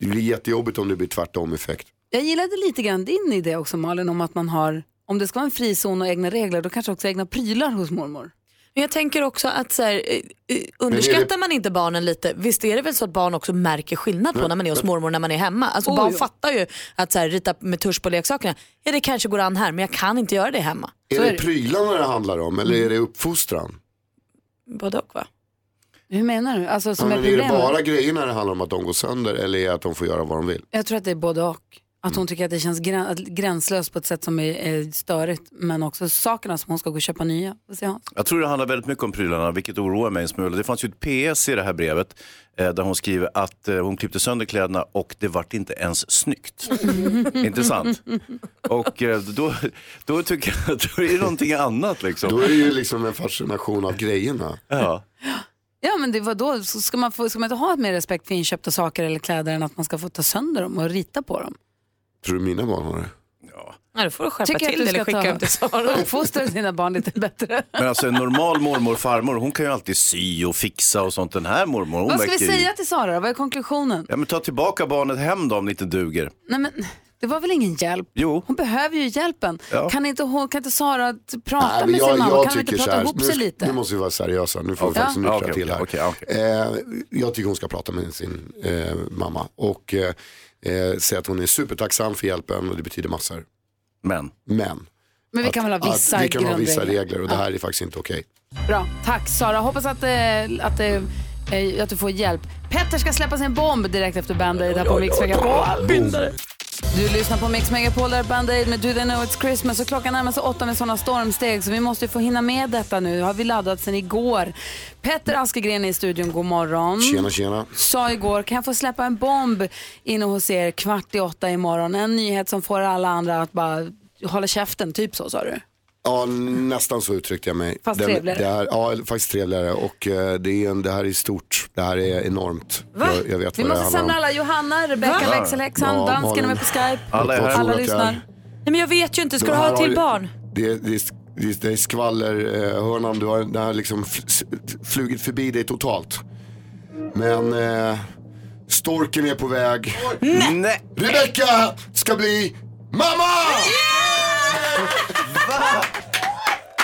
Speaker 10: det blir jättejobbigt om det blir tvärtom effekt.
Speaker 1: Jag gillade lite grann din idé också Malin om att man har, om det ska vara en frizon och egna regler, då kanske också egna prylar hos mormor.
Speaker 3: Men jag tänker också att så här, eh, eh, underskattar man inte barnen lite, visst är det väl så att barn också märker skillnad på
Speaker 10: Mm.
Speaker 1: Men-
Speaker 3: när man är hos mormor och när man är hemma. Alltså
Speaker 1: Oh,
Speaker 3: barn
Speaker 1: ja.
Speaker 3: fattar ju att så här, rita med tusch på leksakerna, ja det kanske går an här men jag kan inte göra det hemma.
Speaker 10: Är det prylarna det handlar om eller är det uppfostran?
Speaker 3: Både och va?
Speaker 1: Hur menar du? Alltså
Speaker 10: Ja,
Speaker 1: som är
Speaker 10: men är det
Speaker 1: problemet?
Speaker 10: bara grejerna det handlar om att de går sönder eller är det att de får göra vad de vill?
Speaker 1: Jag tror att det är både och. Att hon tycker att det känns grän, att- gränslöst på ett sätt som är, är störigt, men också sakerna som hon ska gå och köpa nya. Vad säger Hans?
Speaker 2: Jag tror det handlar väldigt mycket om prylarna, vilket oroar mig en smula. Det fanns ju ett PS i det här brevet eh, där hon skriver att eh, hon klippte sönder kläderna och det vart inte ens snyggt. Intressant. Och eh, då, då tycker jag att då är det någonting annat liksom.
Speaker 10: Då är det ju liksom en fascination av grejerna.
Speaker 2: Ja.
Speaker 1: Ja men det var då så ska man, få, ska man inte ha mer respekt för inköpta saker eller kläder än att man ska få ta sönder dem och rita på dem?
Speaker 10: Tror du mina barn har det?
Speaker 3: Ja, då får du skärpa
Speaker 1: Tycker jag
Speaker 3: till
Speaker 1: att
Speaker 3: det
Speaker 1: du
Speaker 3: eller
Speaker 1: ska
Speaker 3: skicka
Speaker 1: ta
Speaker 3: dem till Sara.
Speaker 1: uppfostra dina barn lite bättre.
Speaker 2: Men alltså en normal mormor och farmor, hon kan ju alltid sy och fixa och sånt. Den här mormor, hon
Speaker 1: Vad ska vi
Speaker 2: verkar ju-
Speaker 1: säga till Sara då? Vad är konklusionen?
Speaker 2: Ja men ta tillbaka barnet hem då om det inte duger.
Speaker 1: Nej, men, det var väl ingen hjälp?
Speaker 2: Jo.
Speaker 1: Hon behöver ju hjälpen.
Speaker 2: Ja.
Speaker 1: Kan, inte, hon- kan inte Sara t- prata
Speaker 10: Nej, men
Speaker 1: med sin mamma? Kan hon
Speaker 10: tycker
Speaker 1: inte
Speaker 10: så
Speaker 1: prata
Speaker 10: här,
Speaker 1: ihop
Speaker 10: nu,
Speaker 1: sig
Speaker 10: sk-
Speaker 1: lite?
Speaker 10: Nu måste vi vara seriösa, nu får vi
Speaker 1: Okej.
Speaker 10: faktiskt nyktra
Speaker 1: Ja, okej,
Speaker 10: till här. Eh, jag tycker hon ska prata med sin eh, mamma och eh, eh, säga att hon är supertacksam för hjälpen och det betyder massor.
Speaker 2: Men?
Speaker 10: Men.
Speaker 1: Men vi
Speaker 10: Att-
Speaker 1: kan väl ha vissa
Speaker 10: att Vi kan ha vissa
Speaker 1: grundregler.
Speaker 10: regler och det här är faktiskt inte okej.
Speaker 1: Bra, tack Sara. Hoppas att, eh, att, eh, eh, att du får hjälp. Petter ska släppa sin bomb direkt efter Band Aid här på Mix Megapol. Du lyssnar på Mix Megapol där Band Aid med Do They Know It's Christmas och klockan närmar sig åtta med sådana stormsteg så vi måste ju få hinna med detta nu. Har vi laddat sedan igår. Petter Askegren är i studion, god morgon.
Speaker 10: Tjena tjena.
Speaker 1: Sa igår, kan jag få släppa en bomb inne hos er kvart i åtta imorgon? En nyhet som får alla andra att bara hålla käften, typ så sa du.
Speaker 10: Ja, nästan så uttryckte jag mig.
Speaker 1: Fast trevligare.
Speaker 10: Det här, ja, faktiskt trevligare. Och eh, det, är en, det här är stort. Det här är enormt. Jag, jag vet
Speaker 1: Vi
Speaker 10: vad det
Speaker 1: måste
Speaker 10: handlar
Speaker 1: samla
Speaker 10: om.
Speaker 1: alla. Johanna, Rebecca,
Speaker 10: Va?
Speaker 1: växelhäxan,
Speaker 10: Ja,
Speaker 1: dansken är
Speaker 10: Malin.
Speaker 1: med på Skype.
Speaker 10: Alla är här.
Speaker 1: Alla
Speaker 10: Folk
Speaker 1: lyssnar.
Speaker 10: här.
Speaker 3: Nej, men jag vet ju inte, ska
Speaker 10: De
Speaker 3: du
Speaker 10: här
Speaker 3: ha
Speaker 10: har
Speaker 3: till
Speaker 10: ju-
Speaker 3: barn?
Speaker 10: Det, det, det, det är skvallerhörnan, du har, det har liksom f- s- flugit förbi dig totalt. Men eh, storken är på väg.
Speaker 2: Nej.
Speaker 10: Rebecca ska bli mamma!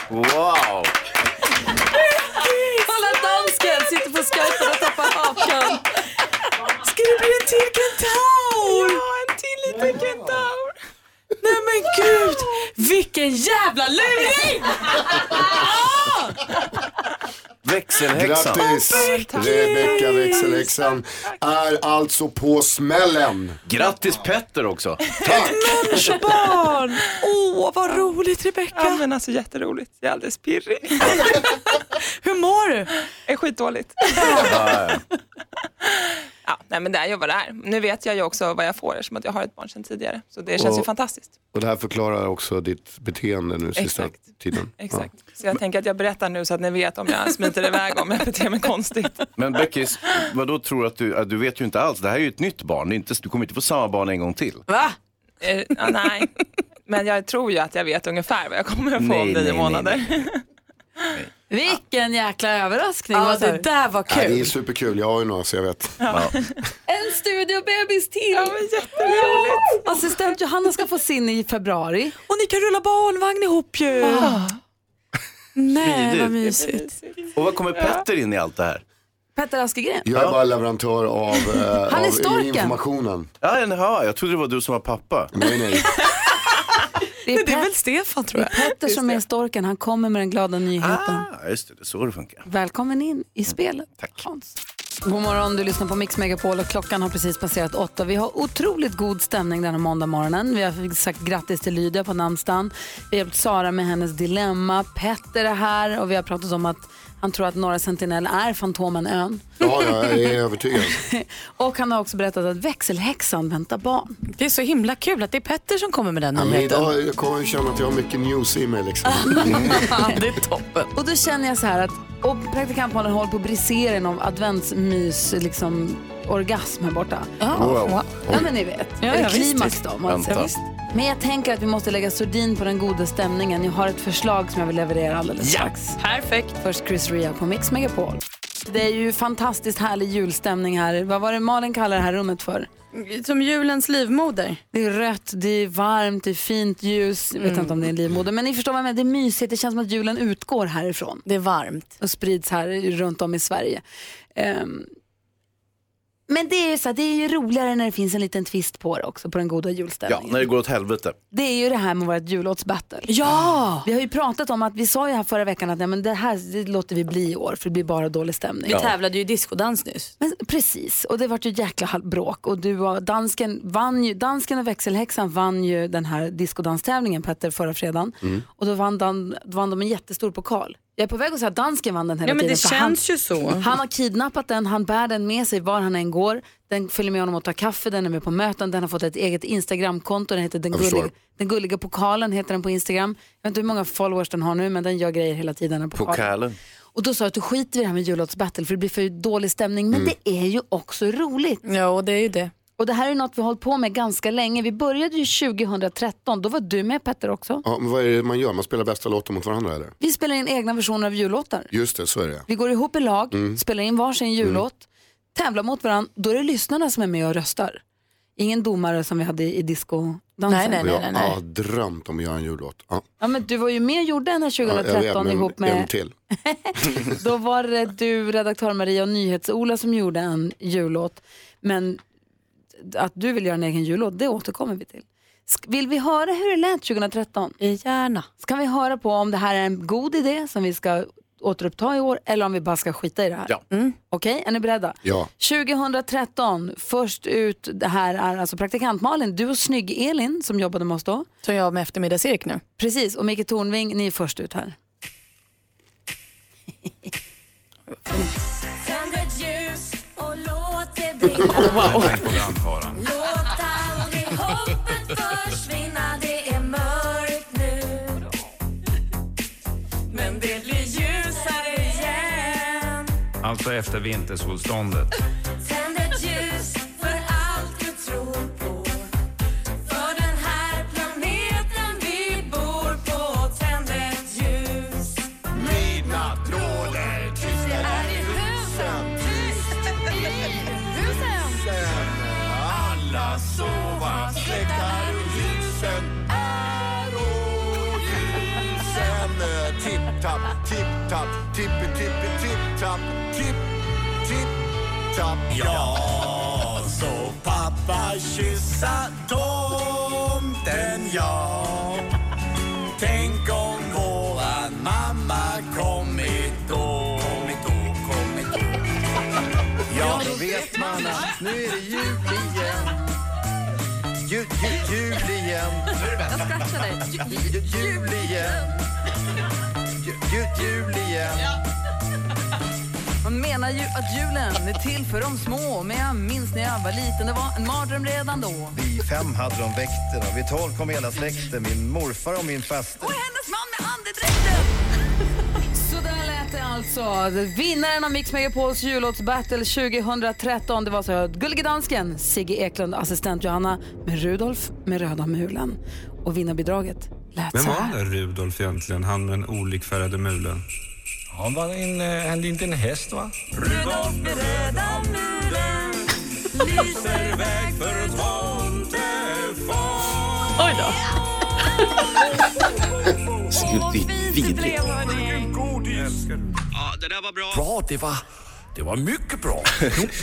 Speaker 2: Wow!
Speaker 1: Kolla dansken sitter på Skype och tappar hakan.
Speaker 8: Ska det bli en till kentaur? Ja, en till liten kentaur. Nej men gud, vilken jävla luring! Ah!
Speaker 2: Växelhäxan.
Speaker 10: Grattis! Rebecca växelhäxan är alltså på smällen.
Speaker 2: Grattis Petter också.
Speaker 8: Människobarn! Åh, vad roligt Rebecca. Ja, men alltså jätteroligt. Jag är alldeles pirrig. Hur mår du? Är skitdåligt. Ja, nej, men där jag var där. Nu vet jag ju också vad jag får eftersom att jag har ett barn sedan tidigare. Så det känns ju
Speaker 10: Och-
Speaker 8: fantastiskt.
Speaker 10: Och det här förklarar också ditt beteende nu sista tiden.
Speaker 8: Exakt. Så jag tänker att jag berättar nu så att ni vet om jag smiter iväg, om jag beter mig konstigt.
Speaker 2: Men Beckis, vadå tror du att du, att du vet ju inte alls, det här är ju ett nytt barn, det är inte, du kommer inte få samma barn en gång till.
Speaker 8: Va? Eh, Ja, nej, men jag tror ju att jag vet ungefär vad jag kommer att få
Speaker 2: Nej,
Speaker 8: om nio
Speaker 2: nej, nej,
Speaker 8: månader.
Speaker 1: Vilken jäkla överraskning.
Speaker 8: Ja,
Speaker 1: vad sa
Speaker 8: det
Speaker 1: du?
Speaker 8: där var
Speaker 10: Ja, det är superkul, jag har ju några så jag vet.
Speaker 1: En studiobebis till! Ja, men jätteroligt. Assistent Johanna ska få sin i februari.
Speaker 8: Och ni kan rulla barnvagn ihop ju.
Speaker 1: Ah.
Speaker 8: Nej,
Speaker 2: Smidigt.
Speaker 8: vad mysigt.
Speaker 2: Och vad kommer Petter in i allt det här?
Speaker 1: Petter Askegren.
Speaker 10: Jag är bara leverantör av, eh,
Speaker 1: Han är
Speaker 10: av
Speaker 1: storken.
Speaker 10: informationen.
Speaker 2: Ja, jaha, jag trodde det var du som var pappa.
Speaker 10: Nej, nej.
Speaker 1: Det är, Pet-
Speaker 8: Stefan tror
Speaker 1: det är Petter som är storken. Han kommer med den glada nyheten.
Speaker 2: Ja, just det, det är så det funkar.
Speaker 1: Välkommen in
Speaker 10: Mm,
Speaker 1: i spelet, Hans. God morgon, du lyssnar på Mix Megapol och klockan har precis passerat åtta. Vi har otroligt god stämning denna måndag morgonen. Vi har sagt grattis till Lydia på namnsdagen. Vi har hjälpt Sara med hennes dilemma. Petter är här och vi har pratat om att han tror att Norra Sentinel är Fantomenön.
Speaker 10: Ja, jag är övertygad.
Speaker 1: Och han har också berättat att växelhäxan väntar barn.
Speaker 3: Det är så himla kul att det är Petter som kommer med den
Speaker 10: Ja, men
Speaker 3: nyheten.
Speaker 10: idag jag kommer jag känna att jag har mycket news i mig liksom.
Speaker 3: det är toppen.
Speaker 1: Och då känner jag så här att och praktikant Malin håller på att brisera i någon adventsmys liksom, orgasm här borta.
Speaker 10: Wow.
Speaker 1: Ja,
Speaker 10: Oj.
Speaker 1: men ni vet.
Speaker 3: Ja,
Speaker 1: Eller
Speaker 3: ja, visst,
Speaker 1: klimax
Speaker 3: visst.
Speaker 1: då. om Man
Speaker 3: Vänta.
Speaker 1: säger. Men jag tänker att vi måste lägga sordin på den goda stämningen. Jag har ett förslag som jag vill leverera alldeles
Speaker 3: Ja.
Speaker 1: strax.
Speaker 3: Perfekt.
Speaker 1: Först Chris Ria på Mix Megapol. Det är ju fantastiskt härlig julstämning här. Vad var det Malin kallade det här rummet för?
Speaker 3: Som julens livmoder.
Speaker 1: Det är rött, det är varmt, det är fint ljus. Jag
Speaker 3: Mm.
Speaker 1: vet inte om det är en livmoder, men ni förstår vad jag menar. Det är mysigt, det känns som att julen utgår härifrån.
Speaker 3: Det är varmt.
Speaker 1: Och sprids här runt om i Sverige. Ehm, men det är, ju så här, det är ju roligare när det finns en liten twist på det också, på den goda julstämningen.
Speaker 2: Ja, när det går åt helvete.
Speaker 1: Det är ju det här med vårt jullåtsbattle.
Speaker 3: Ja!
Speaker 1: Vi har ju pratat om att vi sa ju här förra veckan att nej, men det här det låter vi bli i år för det blir bara dålig stämning.
Speaker 3: Vi tävlade ju i diskodans nyss.
Speaker 1: Men, precis, och det vart ju ett jäkla hal- bråk. Och du och dansken, vann ju, dansken och växelhäxan vann ju den här diskodanstävlingen Petter förra fredagen.
Speaker 10: Mm.
Speaker 1: Och då vann, dan, då vann de en jättestor pokal. Jag är på väg att säga att dansken vann den hela
Speaker 3: Ja, men
Speaker 1: tiden.
Speaker 3: det
Speaker 1: för
Speaker 3: känns ju så.
Speaker 1: Han har kidnappat den, han bär den med sig var han än går. Den följer med honom och tar kaffe, den är med på möten, den har fått ett eget Instagramkonto, den heter den
Speaker 3: Jag förstår.
Speaker 1: gulliga, den gulliga pokalen heter den på Instagram. Jag vet inte hur många followers den har nu men den gör grejer hela tiden. Den pokalen.
Speaker 2: Pokalen.
Speaker 1: Och då sa jag att du
Speaker 3: Mm.
Speaker 1: skiter i det här med jullåtsbattle för det blir för dålig stämning. Men det är ju också roligt.
Speaker 3: Ja, och det är ju det.
Speaker 1: Och det här är något vi har hållit på med ganska länge. Vi började ju 2013, då var du med Petter också.
Speaker 10: Ja, men vad är det man gör? Man spelar bästa låten mot varandra eller?
Speaker 1: Vi spelar in egna versioner av jullåtar.
Speaker 10: Just det, så är det.
Speaker 1: Vi går ihop i lag,
Speaker 10: Mm.
Speaker 1: spelar in varsin jullåt, tävlar mot varandra. Då är det lyssnarna som är med och röstar. Ingen domare som vi hade i i discodansen.
Speaker 10: Och jag har drömt om att göra en jullåt. Ja.
Speaker 1: Ja, men du var ju med och gjorde den här
Speaker 10: Ja, jag
Speaker 1: 2013
Speaker 10: vet, men
Speaker 1: ihop
Speaker 10: En
Speaker 1: med...
Speaker 10: till.
Speaker 1: Då var det du, redaktör Maria och NyhetsOla som gjorde en jullåt. Men att du vill göra en egen jullåt, det återkommer vi till. Sk- Vill vi höra hur det lät 2013?
Speaker 3: Gärna.
Speaker 1: Ska vi höra på om det här är en god idé som vi ska återuppta i år eller om vi bara ska skita i det här?
Speaker 3: Ja.
Speaker 1: Okej, är ni beredda?
Speaker 10: Ja.
Speaker 1: 2013, först ut, det här är alltså praktikant Malin, du och snygg-Elin som jobbade med oss då.
Speaker 3: Som jag med eftermiddags-Erik nu.
Speaker 1: Precis, och Micke Tornving, ni är först ut här.
Speaker 4: Tänd ett ljus och låt det
Speaker 3: Wow.
Speaker 4: Låt aldrig hoppet försvinna, det är mörkt nu Men det blir ljusare igen
Speaker 22: Alltså efter vintersolståndet.
Speaker 4: Tänd ett ljus för allt du tror på För den här planeten vi bor på Tänd ett ljus Midnatt råder tyst Det är i husen tyst i husen
Speaker 22: Alla sova, släckar ljusen är och ljusen Tipp-tapp, tipp-tapp, tippi-tippi-tipp-tapp Tipp, tipp-tapp Ja, så pappa kyssa tomten ja Tänk om våran mamma kommit då Kommit då, kommit då Ja, då vet man att nu är det jul igen. Jul, jul, jul igen. Nu är det bäst. Jag scratchar dig. Jul, jul igen. Jul, jul, jul igen.
Speaker 1: Man menar ju att julen är till för de små Men jag minns när jag var liten, det var en mardröm redan då
Speaker 22: Vid fem hade de väkterna, vid tolv kom hela släkten, min morfar och min faster.
Speaker 1: hennes man med andedräkten! Så där lät det alltså. Vinnaren av Mix Megapols jullåtsbattle 2013 det var så här, Gullige Dansken, Sigge Eklund, assistent Johanna med Rudolf med röda mulen. Och vinnarbidraget lät
Speaker 24: Vem
Speaker 1: så
Speaker 24: var
Speaker 1: här.
Speaker 24: han där Rudolf egentligen, han med den olikfärgade mulen? Han var en, han liknade en häst va?
Speaker 4: Rudolf med röda mulen lyser väg för tomtefar
Speaker 3: Oj då.
Speaker 4: Sluta vidrigt.
Speaker 22: Ja, det där var bra. Bra, det var... Det var mycket bra.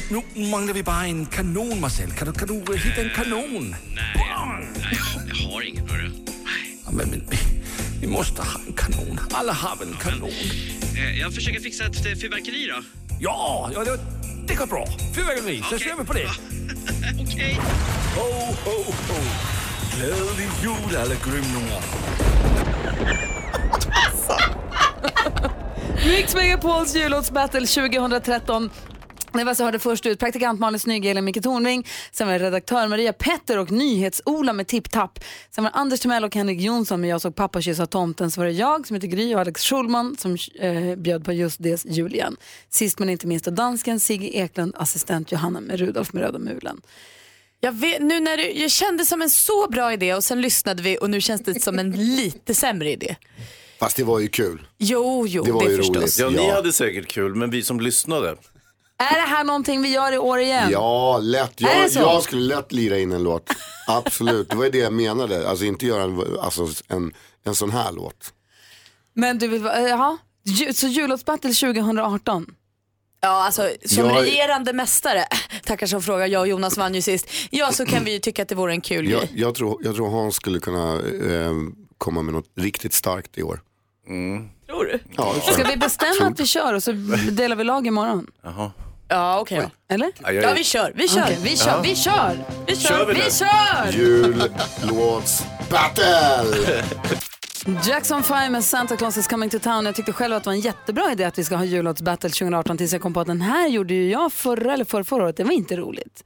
Speaker 22: Nu, nu manglar vi bara en kanon, Marcel. Kan du, kan du eh, hitta en kanon? Nej, jag har ingen, hörru. Ja, men, men, vi måste ha en kanon. Alla har väl en kanon? eh,
Speaker 25: Jag försöker fixa ett fyrverkeri då.
Speaker 22: Ja, ja det, det går bra. Fyrverkeri, så kör vi på det. Okej. Ho, ho, ho. Glädje jul, alla grymningar.
Speaker 1: Mix Megapols jullåtsbattle 2013. Det var så jag hörde först ut praktikant Malin Snygg, Elin Micke Tornving, sen var det redaktör Maria Petter och NyhetsOla med tipptapp. Sen var det Anders Timell och Henrik Jonsson med Jag såg pappa kyssa tomten. Så var det jag som heter Gry och Alex Schulman som eh, bjöd på just det jul igen. Sist men inte minst då dansken Sigge Eklund, assistent Johanna med Rudolf med röda mulen.
Speaker 3: Jag, vet, nu när du, jag kände som en så bra idé och sen lyssnade vi och nu känns det som en lite sämre idé.
Speaker 10: Fast det var ju kul.
Speaker 3: Jo, jo, det, förstås.
Speaker 2: Ja, ni
Speaker 10: Ja.
Speaker 2: hade säkert kul, men vi som lyssnade.
Speaker 1: Är det här någonting vi gör i år igen?
Speaker 10: Ja, lätt.
Speaker 1: Är det
Speaker 10: Jag,
Speaker 1: så?
Speaker 10: jag skulle lätt lira in en låt. Absolut, det var ju det jag menade. Alltså inte göra en, alltså, en, en sån här låt.
Speaker 1: Men du vill, eh, jaha, Ju- så jullåtsbattle 2018?
Speaker 3: Ja, alltså som
Speaker 10: Jag-
Speaker 3: regerande mästare, tackar som frågar, jag och Jonas vann ju sist. Ja, så kan vi ju tycka att det vore en kul
Speaker 10: Jag,
Speaker 3: grej.
Speaker 10: jag, tror, jag tror Hans skulle kunna eh, komma med något riktigt starkt i år.
Speaker 2: Mm.
Speaker 3: Tror du?
Speaker 10: Ja, det tror
Speaker 1: Ska
Speaker 10: jag.
Speaker 1: vi bestämma att vi kör och så delar vi lag imorgon?
Speaker 2: Jaha.
Speaker 3: Ja, okej då.
Speaker 1: Eller?
Speaker 2: Ja, jag- Ja, vi
Speaker 3: kör, vi kör.
Speaker 1: Okej, vi kör,
Speaker 2: Ja.
Speaker 1: vi kör, vi kör,
Speaker 2: Kör vi
Speaker 1: vi
Speaker 2: nu?
Speaker 1: kör!
Speaker 10: Jullåtsbattle!
Speaker 1: Jackson 5 med Santa Claus is coming to town. Jag tyckte själv att det var en jättebra idé att vi ska ha jullåtsbattle 2018 tills jag kom på att den här gjorde ju jag förra eller förra, förra året. Det var inte roligt.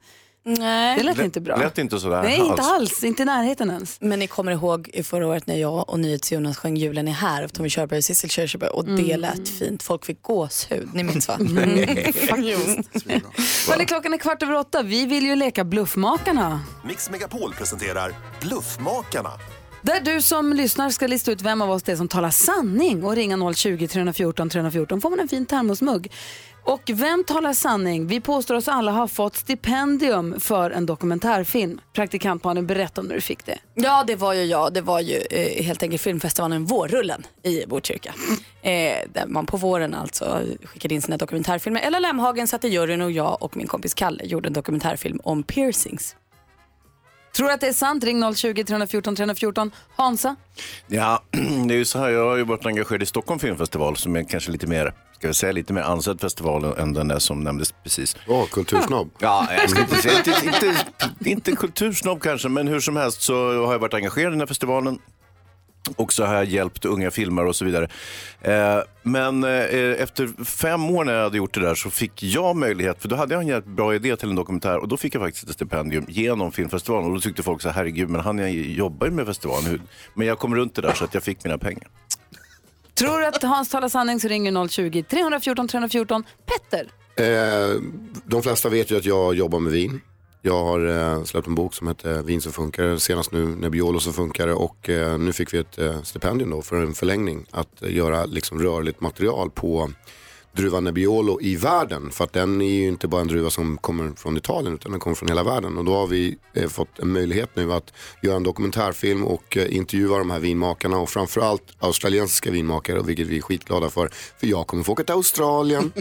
Speaker 1: Nej. Det lät inte bra.
Speaker 2: Lät inte sådär
Speaker 1: Nej, inte
Speaker 10: alltså.
Speaker 1: alls. Inte i närheten ens.
Speaker 3: Men ni kommer ihåg i förra året när jag och NyhetsJonas sjöng Julen är här av Tommy Körberg och Sissel Kyrkjebø och det lät fint. Folk fick gåshud. Ni minns va?
Speaker 1: Mm.
Speaker 3: Jo.
Speaker 1: Vad är klockan är kvart över åtta. Vi vill ju leka Bluffmakarna.
Speaker 16: Mix Megapol presenterar Bluffmakarna.
Speaker 1: Där du som lyssnar ska lista ut vem av oss det är som talar sanning och ringa 020-314 314 får man en fin termosmugg. Och vem talar sanning? Vi påstår oss alla ha fått stipendium för en dokumentärfilm. Praktikant Malin, berätta om när du fick det.
Speaker 3: Ja, det var ju jag. Det var ju eh, helt enkelt filmfestivalen Vårrullen i Botkyrka. Eh, där man på våren alltså skickade in sina dokumentärfilmer. Ella Lemhagen satt i juryn och jag och min kompis Kalle gjorde en dokumentärfilm om piercings.
Speaker 1: Tror du att det är sant? Ring 020-314 314. Hansa?
Speaker 2: Ja, det är ju så här, jag har ju varit engagerad i Stockholm filmfestival som är kanske lite mer, ska vi säga lite mer ansedd festival än den där som nämndes precis.
Speaker 10: Ja, kultursnobb.
Speaker 2: Ja, jag ska inte säga, inte, inte, inte kultursnobb kanske, men hur som helst så har jag varit engagerad i den här festivalen. Och så har jag hjälpt unga filmare och så vidare. Eh, men eh, efter fem år när jag hade gjort det där så fick jag möjlighet, för då hade jag en jävligt bra idé till en dokumentär och då fick jag faktiskt ett stipendium genom filmfestivalen. Och då tyckte folk så här, herregud, men han jag jobbar ju med festivalen. Hur? Men jag kom runt det där så att jag fick mina pengar.
Speaker 1: Tror du att Hans talar sanning så ringer 020-314 314. Petter?
Speaker 10: Eh, de flesta vet ju att jag jobbar med vin. Jag har eh, släppt en bok som heter Vin som funkar, senast nu Nebbiolo som funkar och eh, nu fick vi ett eh, stipendium då för en förlängning att eh, göra liksom, rörligt material på druvan Nebbiolo i världen. För att den är ju inte bara en druva som kommer från Italien utan den kommer från hela världen. Och då har vi eh, fått en möjlighet nu att göra en dokumentärfilm och eh, intervjua de här vinmakarna och framförallt australiensiska vinmakare, vilket vi är skitglada för. För jag kommer få åka till Australien.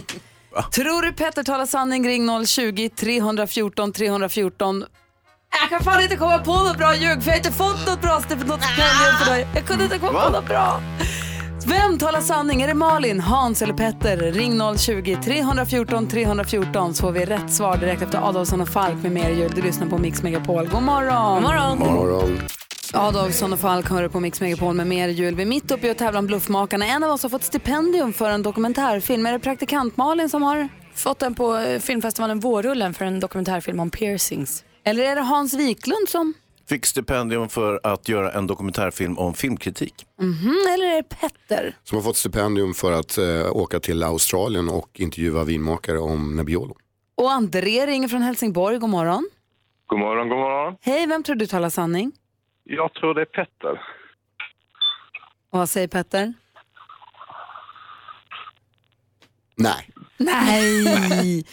Speaker 1: Tror du Petter talar sanning? Ring 020-314 314. Jag kan fan inte komma på något bra ljug för jag har inte fått något bra stipendium för dig. Jag kunde inte komma på något bra. Vem talar sanning? Är det Malin, Hans eller Petter? Ring 020-314 314 så får vi rätt svar direkt efter Adolfsson och Falk med mer jul. Du lyssnar på Mix Megapol. God morgon!
Speaker 3: God morgon. God
Speaker 10: morgon.
Speaker 1: Adolfsson och Falk hör på Mix Megapol med mer jul. Vi är mitt uppe i att tävla om Bluffmakarna. En av oss har fått stipendium för en dokumentärfilm. Är det praktikant Malin som har?
Speaker 3: Fått den på eh, filmfestivalen Vårrullen för en dokumentärfilm om piercings.
Speaker 1: Eller är det Hans Wiklund som?
Speaker 2: Fick stipendium för att göra en dokumentärfilm om filmkritik.
Speaker 1: Mhm, eller är det Petter?
Speaker 10: Som har fått stipendium för att eh, åka till Australien och intervjua vinmakare om Nebbiolo.
Speaker 1: Och André ringer från Helsingborg. God morgon.
Speaker 5: God morgon, god morgon.
Speaker 1: Hej, vem tror du talar sanning?
Speaker 5: Jag tror det är Petter.
Speaker 1: Och vad säger Petter?
Speaker 10: Nej.
Speaker 1: Nej!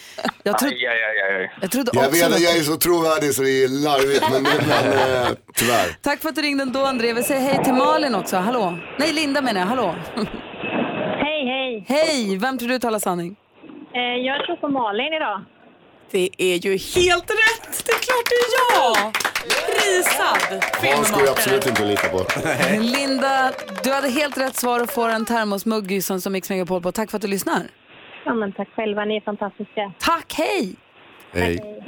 Speaker 1: Jag, tro-
Speaker 5: Aj, aj, aj, aj.
Speaker 1: jag trodde
Speaker 10: Jag
Speaker 1: också
Speaker 10: vet att
Speaker 1: det.
Speaker 10: jag är så trovärdig så det är larvigt men, men eh, tyvärr.
Speaker 1: Tack för att du ringde ändå André. Vi säger hej till Malin också. Hallå? Nej, Linda menar jag. Hallå?
Speaker 6: Hej, hej.
Speaker 1: Hej! Vem tror du talar sanning?
Speaker 6: Eh, jag tror på Malin idag.
Speaker 3: Det är ju helt rätt! Det är klart det är jag! Prisad
Speaker 10: Hans går
Speaker 3: filmmakare.
Speaker 10: ju absolut inte att lita på.
Speaker 1: Linda, du hade helt rätt svar och får en termosmugg som, som Mix Megapol på. Tack för att du lyssnar.
Speaker 6: Ja, men tack själva, ni är fantastiska.
Speaker 1: Tack, hej!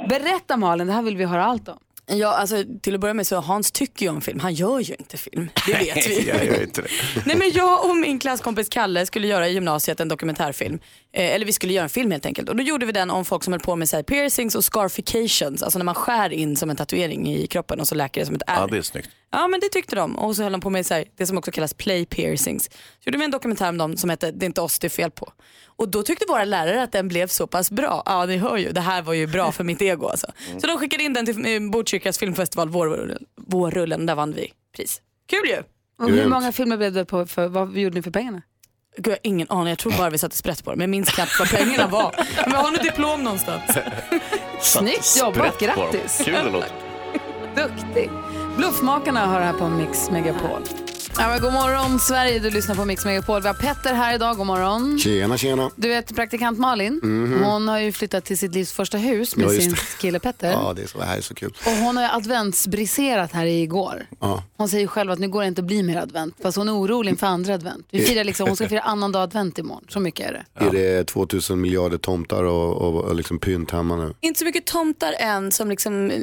Speaker 1: Berätta Malin, det här vill vi höra allt om.
Speaker 3: Ja, alltså, till att börja med så Hans tycker ju om film. Han gör ju inte film. Det vet vi.
Speaker 2: jag gör inte det.
Speaker 3: Nej, men jag och min klasskompis Kalle skulle göra i gymnasiet en dokumentärfilm. Eh, eller vi skulle göra en film helt enkelt. Och då gjorde vi den om folk som höll på med så här, piercings och scarifications. Alltså när man skär in som en tatuering i kroppen och så läker det som ett ärr.
Speaker 2: Ja, det är snyggt.
Speaker 3: Ja men det tyckte de och så höll de på med så här, det som också kallas play piercings. Så gjorde vi en dokumentär om dem som hette Det är inte oss det är fel på. Och då tyckte våra lärare att den blev så pass bra. Ja ni hör ju, det här var ju bra för mitt ego alltså. Så de skickade in den till eh, Botkyrkas filmfestival Vårrullen, Vårrullen där vann vi pris. Kul ju!
Speaker 1: Och hur många filmer blev det på, för, vad gjorde ni för pengarna?
Speaker 3: Gud, jag har ingen aning, jag tror bara vi satte sprätt på dem. Jag minns knappt vad pengarna var. Men jag har något diplom någonstans.
Speaker 1: Snyggt jobbat, grattis. Duktig. Bluffmakarna har det här på Mix Megapol. Ja, men god morgon Sverige, du lyssnar på Mix Megapol. Vi har Petter här idag, god morgon.
Speaker 10: Tjena tjena.
Speaker 1: Du vet praktikant Malin,
Speaker 10: Mhm.
Speaker 1: hon har ju flyttat till sitt livs första hus med
Speaker 10: Ja, just
Speaker 1: sin
Speaker 10: det.
Speaker 1: kille Petter.
Speaker 10: Ja det, är så, det här är så kul.
Speaker 1: Och hon har ju adventsbriserat här igår.
Speaker 10: Ja.
Speaker 1: Hon säger ju själv att nu går det inte att bli mer advent, fast hon är orolig inför andra advent. Vi firar liksom, hon ska fira annandag advent imorgon, så mycket är det.
Speaker 10: Är det 2000 miljarder tomtar och, och, och liksom pynt hemma nu?
Speaker 3: Inte så mycket tomtar än som liksom eh,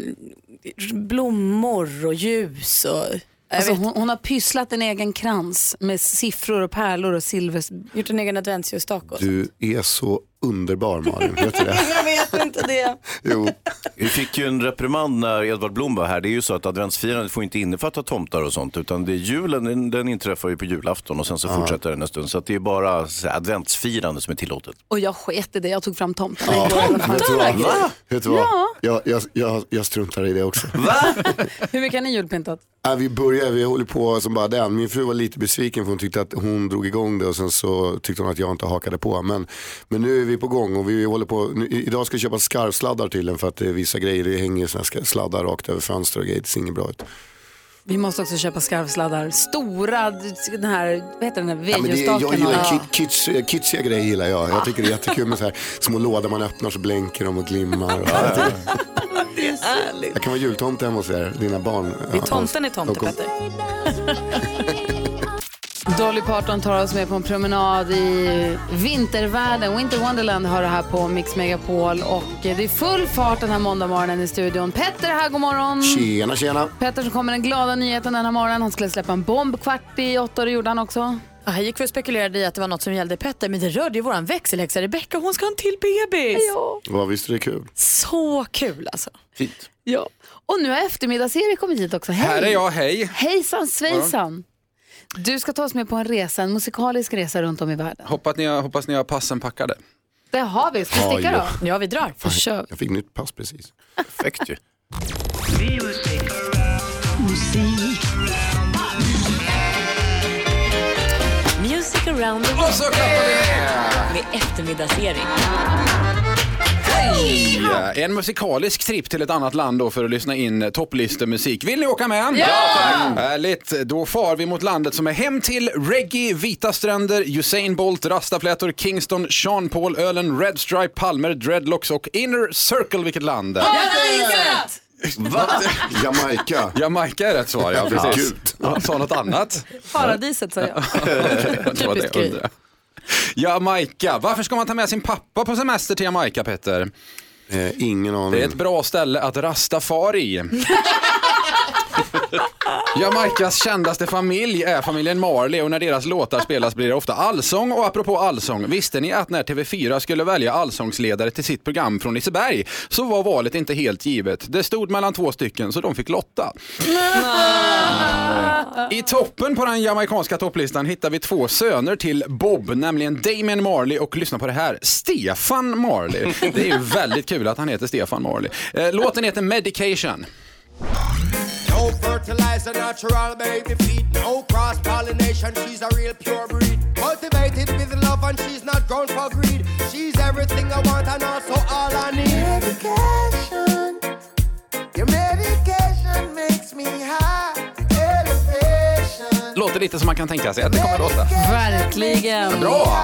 Speaker 3: blommor och ljus och
Speaker 1: Alltså, hon, hon har pysslat en egen krans med siffror och pärlor och silver.
Speaker 3: Gjort en egen adventsljusstake
Speaker 10: Du är så underbar Malin, vet du det?
Speaker 3: Jag vet inte.
Speaker 1: inte det.
Speaker 10: Jo.
Speaker 2: Vi fick ju en reprimand när Edvard Blom var här. Det är ju så att adventsfirandet får inte innefatta tomtar och sånt. Utan det är julen, den- den inträffar ju på julafton och sen så fortsätter den en stund. Så att det är bara så här, adventsfirande som är tillåtet.
Speaker 1: Och jag sket i det, jag tog fram tomten
Speaker 10: Ja,
Speaker 1: igår i alla fall.
Speaker 10: vet du vad?
Speaker 2: Va?
Speaker 10: Vet du vad?
Speaker 1: Ja.
Speaker 10: Jag, jag, jag, jag struntar i det också.
Speaker 1: Hur mycket har ni julpyntat?
Speaker 10: Nej, vi började, vi håller på som bara den. Min fru var lite besviken för hon tyckte att hon drog igång det och sen så tyckte hon att jag inte hakade på. Men, men nu är vi på gång och vi håller på. Nu, i- idag ska vi köpa skarvsladdar till den för att det är vissa grejer, det hänger såna här ska- sladdar rakt över fönster och grejer, det ser inget bra ut.
Speaker 1: Vi måste också köpa skarvsladdar. Stora, den här, vad heter den där,
Speaker 10: Ja, men det, jag
Speaker 1: vedljusstaken.
Speaker 10: gillar
Speaker 1: Ja.
Speaker 10: kit- kitschiga, kitschiga grejer gillar jag. Jag tycker det är jättekul med så här små lådor man öppnar så blänker de och glimmar. Och
Speaker 1: Det är härligt.
Speaker 10: jag kan vara jultomte hemma hos er, dina barn.
Speaker 3: Det är tomten i tomte,
Speaker 10: och-
Speaker 3: Petter.
Speaker 1: Dolly Parton tar oss med på en promenad i vintervärlden. Winter Wonderland har det här på Mix Megapol. Och det är full fart den här måndagmorgonen i studion. Petter är här, god morgon.
Speaker 10: Tjena, tjena.
Speaker 1: Petter som kommer den glada nyheten den här morgonen. Han skulle släppa en bomb kvart i åtta och det gjorde han också.
Speaker 3: Ja, här gick vi och spekulerade i att det var något som gällde Petter, men det rörde ju våran växelhäxa Rebecca. Hon ska ha en till bebis.
Speaker 10: Vad visst är det kul.
Speaker 3: Så kul alltså.
Speaker 10: Fint.
Speaker 1: Ja. Och nu har eftermiddags-Erik kommit hit också. Hej!
Speaker 26: Här är jag, hej.
Speaker 1: Hejsan svejsan! Du ska ta oss med på en resa, en musikalisk resa runt om i världen.
Speaker 26: Hoppas ni, har- hoppas ni har passen packade.
Speaker 1: Det har vi, ska vi
Speaker 26: Ja,
Speaker 1: sticka
Speaker 26: jo.
Speaker 1: då? Ja, vi drar. För kör.
Speaker 10: Jag fick nytt pass precis.
Speaker 2: Perfekt ju.
Speaker 4: Music around the world.
Speaker 26: Och så klappar vi
Speaker 4: Med eftermiddagsserie.
Speaker 26: Ja, En musikalisk trip till ett annat land då för att lyssna in topplistemusik. Vill ni åka med?
Speaker 4: Ja!
Speaker 26: Härligt, då far vi mot landet som är hem till reggae, vita stränder, Usain Bolt, rastaflätor, Kingston, Sean Paul, ölen, Red Stripe, palmer, dreadlocks och Inner Circle. Vilket land?
Speaker 10: Jamaica.
Speaker 26: Jamaica är rätt svar, ja.
Speaker 10: Ja,
Speaker 26: Precis.
Speaker 10: gud.
Speaker 26: Han sa något annat.
Speaker 1: Paradiset sa jag.
Speaker 26: Det var det jag undrade. Jamaica. Varför ska man ta med sin pappa på semester till Jamaica, Petter?
Speaker 10: Eh, ingen aning.
Speaker 26: Det är ett bra ställe att rasta far i. Jamaicas kändaste familj är familjen Marley och när deras låtar spelas blir det ofta allsång. Och apropå allsång, visste ni att när TV4 skulle välja allsångsledare till sitt program från Liseberg så var valet inte helt givet. Det stod mellan två stycken så de fick lotta. I toppen på den jamaicanska topplistan hittar vi två söner till Bob, nämligen Damien Marley och lyssna på det här, Stefan Marley. Det är ju väldigt kul att han heter Stefan Marley. Eh, Låten heter Medication.
Speaker 15: No fertilizer, natural baby feed. No cross pollination, she's a real pure breed. Cultivated with love, and she's not grown for greed. She's everything I want, and also all I need. Medication, your medication makes me high. Elevation.
Speaker 26: Låter lite som man kan tänka sig att det kommer låta.
Speaker 1: Verkligen.
Speaker 26: Bra!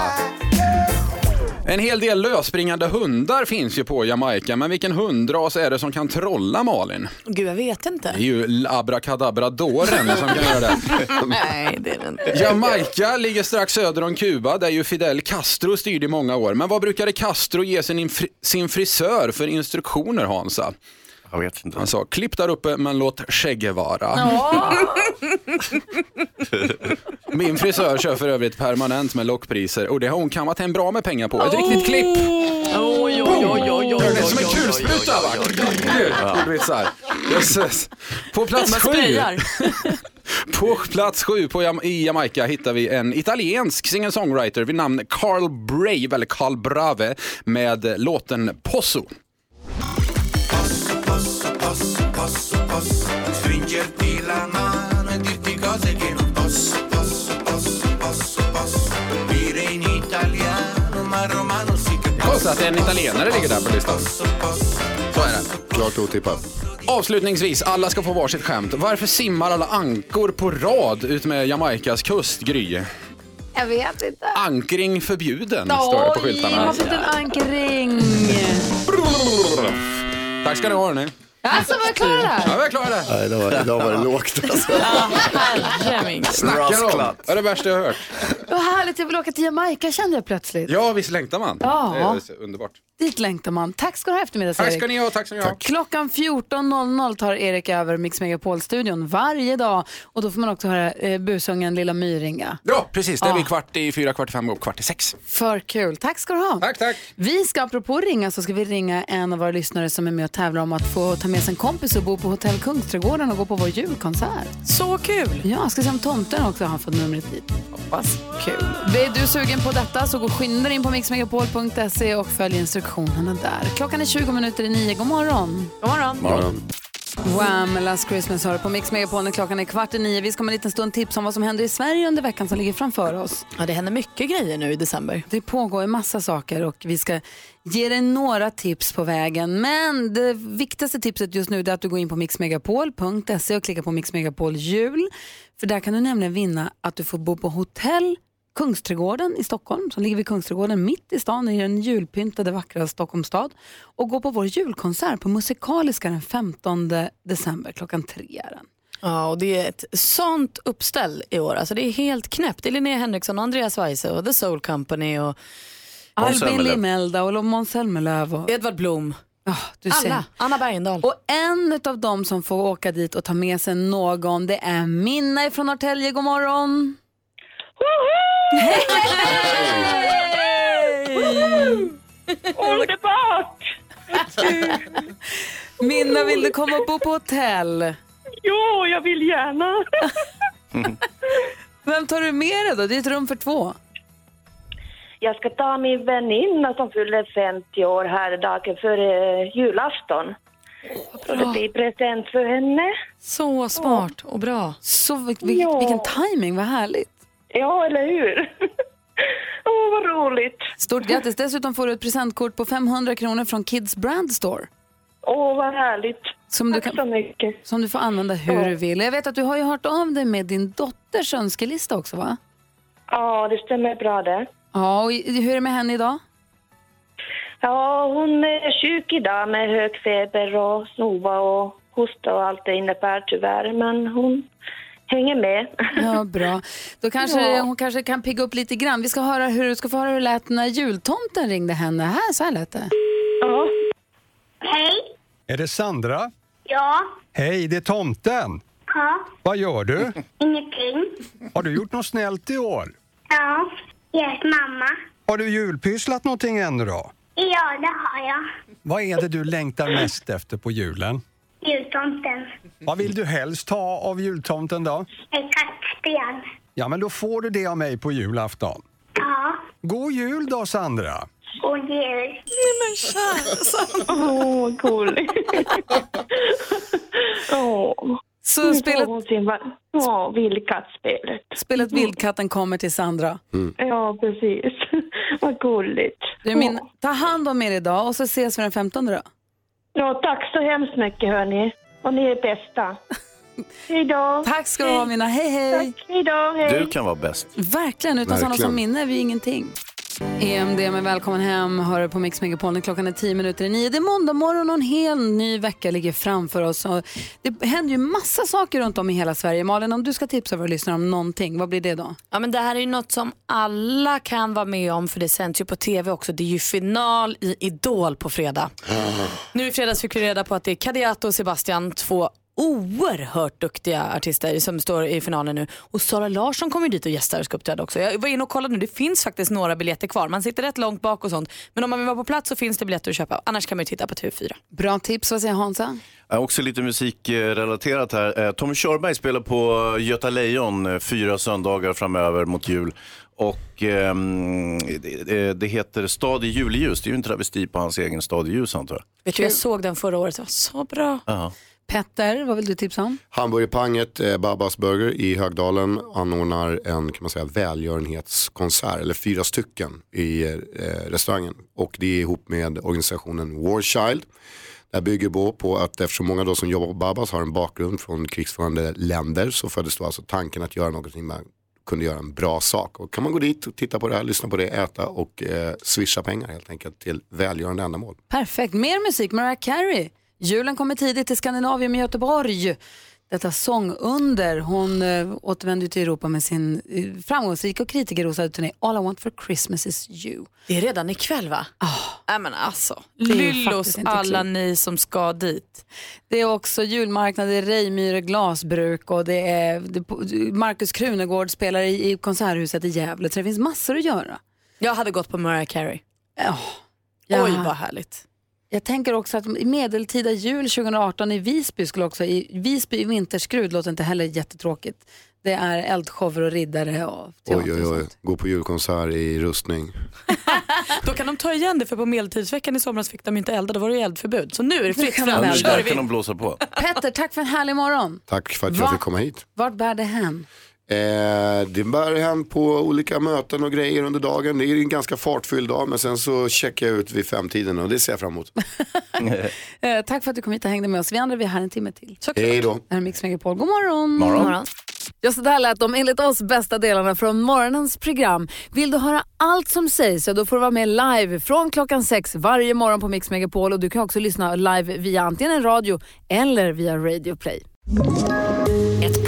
Speaker 26: En hel del lösspringande hundar finns ju på Jamaica, men vilken hundras är det som kan trolla Malin?
Speaker 3: Gud, jag vet inte.
Speaker 26: Det är ju labrakadabradoren som kan göra det.
Speaker 3: Nej, det är det inte.
Speaker 26: Jamaica ligger strax söder om Kuba där ju Fidel Castro styrde i många år. Men vad brukade Castro ge sin, infri- sin frisör för instruktioner Hansa?
Speaker 2: Jag vet inte.
Speaker 26: Han sa klipp där uppe men låt skägget vara. Min frisör kör för övrigt permanent med lockpriser och det har hon kammat hem bra med pengar på. Ett riktigt klipp.
Speaker 4: Oj, oj, oj, oj, oj.
Speaker 26: Det är som en kulspruta va? Kulvitsar. Jösses. På plats
Speaker 4: Man
Speaker 26: sju.
Speaker 4: sprayar.
Speaker 26: På plats sju på Jam- i Jamaica hittar vi en italiensk singer-songwriter vid namn Carl Brave, eller Carl Brave, med eh, låten Posso.
Speaker 15: Posso, posso, posso, posso stringerti la mano e dirti cose che non posso, posso, posso, posso, posso dire in italiano, ma romano sì che
Speaker 26: Close
Speaker 15: posso.
Speaker 26: att det är en italienare ligger där på listan. Så är det.
Speaker 10: Klart otippat.
Speaker 26: Avslutningsvis, alla ska få varsitt skämt. Varför simmar alla ankor på rad utmed Jamaicas kust, Gry?
Speaker 1: Jag vet inte.
Speaker 26: Ankring förbjuden, står det på
Speaker 1: Oj, jag
Speaker 26: skyltarna.
Speaker 1: har fått en ankring.
Speaker 26: Tack ska ni ha, hörni.
Speaker 3: Alltså var jag klar
Speaker 26: Ja,
Speaker 3: där?
Speaker 26: vi är klara där.
Speaker 10: Nej, idag var, idag var det lågt alltså.
Speaker 3: Herre min gud.
Speaker 26: Snackar om. Det är det värsta jag har hört.
Speaker 3: Vad härligt, jag vill åka till Jamaica kände jag plötsligt.
Speaker 26: Ja, visst längtar man?
Speaker 1: Ja.
Speaker 26: Det är underbart.
Speaker 1: Dit längtar man. Tack ska du ha i eftermiddags
Speaker 26: Tack
Speaker 1: Erik.
Speaker 26: ska ni ha, tack ska ni ha.
Speaker 1: Klockan 14.00 tar Erik över Mix Megapol-studion varje dag och då får man också höra eh, busungen Lilla My ringa.
Speaker 26: Ja, precis. Det är
Speaker 1: Ja.
Speaker 26: vi kvart i fyra, kvart i fem och kvart i sex.
Speaker 1: För kul. Tack ska du ha.
Speaker 26: Tack, tack.
Speaker 1: Vi ska, apropå ringa, så ska vi ringa en av våra lyssnare som är med och tävlar om att få ta med sig en kompis och bo på Hotell Kungsträdgården och gå på vår julkonsert.
Speaker 3: Så kul!
Speaker 1: Ja, ska se om tomten också har fått numret dit. Hoppas. Kul. Är du sugen på detta så gå och skynda dig in på mixmegapol.se och följ instruktionerna där. Klockan är 20 minuter i nio. God morgon.
Speaker 3: God morgon.
Speaker 1: Wham! Last Christmas hör du på Mix Megapol när klockan är kvart i nio. Vi ska om en liten stund tipsa om vad som händer i Sverige under veckan som ligger framför oss.
Speaker 3: Ja, det händer mycket grejer nu i december.
Speaker 1: Det pågår en massa saker och vi ska ge dig några tips på vägen. Men det viktigaste tipset just nu är att du går in på mixmegapol.se och klickar på Mix Megapol jul. För där kan du nämligen vinna att du får bo på hotell Kungsträdgården i Stockholm, som ligger vid Kungsträdgården mitt i stan i den julpyntade vackra Stockholms stad och gå på vår julkonsert på Musikaliska den 15 december klockan tre. är den.
Speaker 3: Ja, och det är ett sånt uppställ i år. Alltså det är helt knäppt. Det är Linnea Henriksson, Andreas Weise och The Soul Company och
Speaker 1: Måns Albin Zelmerlöw. Limelda och Måns Zelmerlöw. Och...
Speaker 3: Edvard Blom.
Speaker 1: du
Speaker 3: Alla.
Speaker 1: ser.
Speaker 3: Anna Bergendahl.
Speaker 1: Och en av dem som får åka dit och ta med sig någon, det är Minna från Norrtälje. God morgon!
Speaker 8: Underbart!
Speaker 1: Minna, vill du komma och bo på hotell?
Speaker 8: Jo, jag vill gärna.
Speaker 1: Vem tar du med dig då? Det är ett rum för två.
Speaker 8: Jag ska ta min väninna som fyller 50 år här dagen före eh, julafton. Så det blir present för henne.
Speaker 3: Så smart och bra.
Speaker 1: Så vil- vil- vilken timing, vad härligt.
Speaker 8: Ja, eller hur? Åh, vad roligt.
Speaker 1: Stort grattis. Dessutom får du ett presentkort på 500 kronor från Kids Brand Store.
Speaker 8: Åh, vad härligt.
Speaker 1: Som du, kan, som du får använda hur du vill. Jag vet att du har ju hört av dig med din dotters önskelista också va?
Speaker 8: Ja, det stämmer bra det.
Speaker 1: Ja, och i- hur är det med henne idag?
Speaker 8: Ja, hon är sjuk idag med hög feber och snova och hosta och allt det innebär tyvärr. Men hon hänger med.
Speaker 1: Ja, bra. Då kanske
Speaker 8: Ja.
Speaker 1: hon kanske kan pigga upp lite grann. Vi ska, höra hur, du ska få höra hur det lät när jultomten ringde henne. Här, så här lät det.
Speaker 8: Hej.
Speaker 24: Är det Sandra?
Speaker 8: Ja.
Speaker 24: Hej, det är tomten.
Speaker 8: Ja.
Speaker 24: Vad gör du?
Speaker 8: Ingenting.
Speaker 24: Har du gjort något snällt i år?
Speaker 8: Ja. Jag är mamma.
Speaker 24: Har du julpysslat någonting ännu då?
Speaker 8: Ja, det har jag.
Speaker 24: Vad är det du längtar mest efter på julen?
Speaker 8: Jultomten.
Speaker 24: Vad vill du helst ta av jultomten då?
Speaker 8: En kattsten.
Speaker 24: Ja, men då får du det av mig på julafton.
Speaker 8: Ja.
Speaker 24: God jul då, Sandra!
Speaker 8: Och jul. Nej men kära Åh, vad gulligt. Åh.
Speaker 1: Så spelet-
Speaker 8: Någonsin var- Ja, vildkattspelet.
Speaker 1: Spelet Vildkatten kommer till Sandra.
Speaker 8: Ja, precis. Vad gulligt.
Speaker 1: Du, min, ta hand om er idag och så ses vi den 15 då.
Speaker 8: Ja, tack så hemskt mycket hörni. Och ni är bästa. Hej då.
Speaker 1: Tack ska du ha mina. Hej hej.
Speaker 8: Tack, hej då. Hej.
Speaker 2: Du kan vara bäst.
Speaker 1: Verkligen, utan sådana
Speaker 2: Verkligen.
Speaker 1: som minne är vi ingenting. EMD med Välkommen hem hör på Mix Megapol när klockan är 10 minuter i nio. Det är måndag morgon och en hel ny vecka ligger framför oss. Och det händer ju massa saker runt om i hela Sverige. Malin, om du ska tipsa våra lyssnare om någonting, vad blir det då?
Speaker 3: Ja, men det här är ju något som alla kan vara med om för det sänds ju på tv också. Det är ju final i Idol på fredag. Nu i fredags fick vi reda på att det är Kadiatou och Sebastian, två oerhört duktiga artister som står i finalen nu. Och Sara Larsson kommer ju dit och gästar och ska uppträda också. Jag var inne och kollade nu, det finns faktiskt några biljetter kvar. Man sitter rätt långt bak och sånt. Men om man vill vara på plats så finns det biljetter att köpa. Annars kan man ju titta på TV4.
Speaker 1: Bra tips, vad säger Hansa?
Speaker 2: Ja, Också lite musikrelaterat här. Eh, Tommy Körberg spelar på Göta Lejon eh, fyra söndagar framöver mot jul. Och ehm, det, det heter Stad i julljus. Det är ju en travesti på hans egen Stad i ljus antar jag.
Speaker 3: Vet du, jag såg den förra året, det var så bra.
Speaker 2: Ja.
Speaker 1: Petter, vad vill du tipsa om?
Speaker 10: Hamburgerpanget eh, Babas Burger i Högdalen anordnar en kan man säga, välgörenhetskonsert, eller fyra stycken i eh, restaurangen. Och det är ihop med organisationen War Child. Det här bygger på, på att eftersom många då som jobbar på Babas har en bakgrund från krigsförande länder så föddes då alltså tanken att göra någonting man kunde göra en bra sak. Och kan man gå dit och titta på det här, lyssna på det, äta och eh, swisha pengar helt enkelt till välgörande ändamål.
Speaker 1: Perfekt, mer musik, Mariah Carey. Julen kommer tidigt till Skandinavien med Göteborg. Detta sångunder. Hon eh, återvänder ju till Europa med sin eh, framgångsrika och kritikerrosade turné All I want for Christmas is you. Ah,
Speaker 3: Det är redan ikväll va?
Speaker 1: Nej men alltså,
Speaker 3: Det är faktiskt inte klokt.
Speaker 1: ni som ska dit. Det är också julmarknad, det är Rejmyre glasbruk och det är det, Marcus Krunegård spelar i, i Konserthuset i Gävle. Så det finns massor att göra.
Speaker 3: Jag hade gått på Mariah Carey. Oj, vad härligt.
Speaker 1: Jag tänker också att medeltida jul 2018 i Visby skulle också, i Visby i vinterskrud låter inte heller jättetråkigt. Det är eldshower och riddare och
Speaker 10: Oj, oj, oj. Gå på julkonsert i rustning.
Speaker 3: Då kan de ta igen det för på medeltidsveckan i somras fick de inte elda, då var det ju eldförbud. Så nu är det fritt
Speaker 1: kan
Speaker 3: fram,
Speaker 10: Ja,
Speaker 3: nu
Speaker 10: nu
Speaker 3: kör
Speaker 10: där
Speaker 3: vi.
Speaker 10: kan de blåsa på.
Speaker 1: Petter, tack för en härlig morgon.
Speaker 10: Tack för att
Speaker 1: Va?
Speaker 10: jag fick komma hit.
Speaker 1: Vart bär det hän?
Speaker 10: Eh, det bär hem på olika möten och grejer under dagen. Det är en ganska fartfylld dag men sen så checkar jag ut vid femtiden och det ser jag fram emot.
Speaker 1: Eh, tack för att du kom hit och hängde med oss. Vi andra vi är här en timme till.
Speaker 10: Hej då.
Speaker 1: Det här är Mix Megapol. God morgon!
Speaker 10: Morgon. Morgon.
Speaker 1: Ja, så där lät de enligt oss bästa delarna från morgonens program. Vill du höra allt som sägs så då får du vara med live från klockan sex varje morgon på Mix Megapol och du kan också lyssna live via antingen en radio eller via Radio Play.
Speaker 27: Ett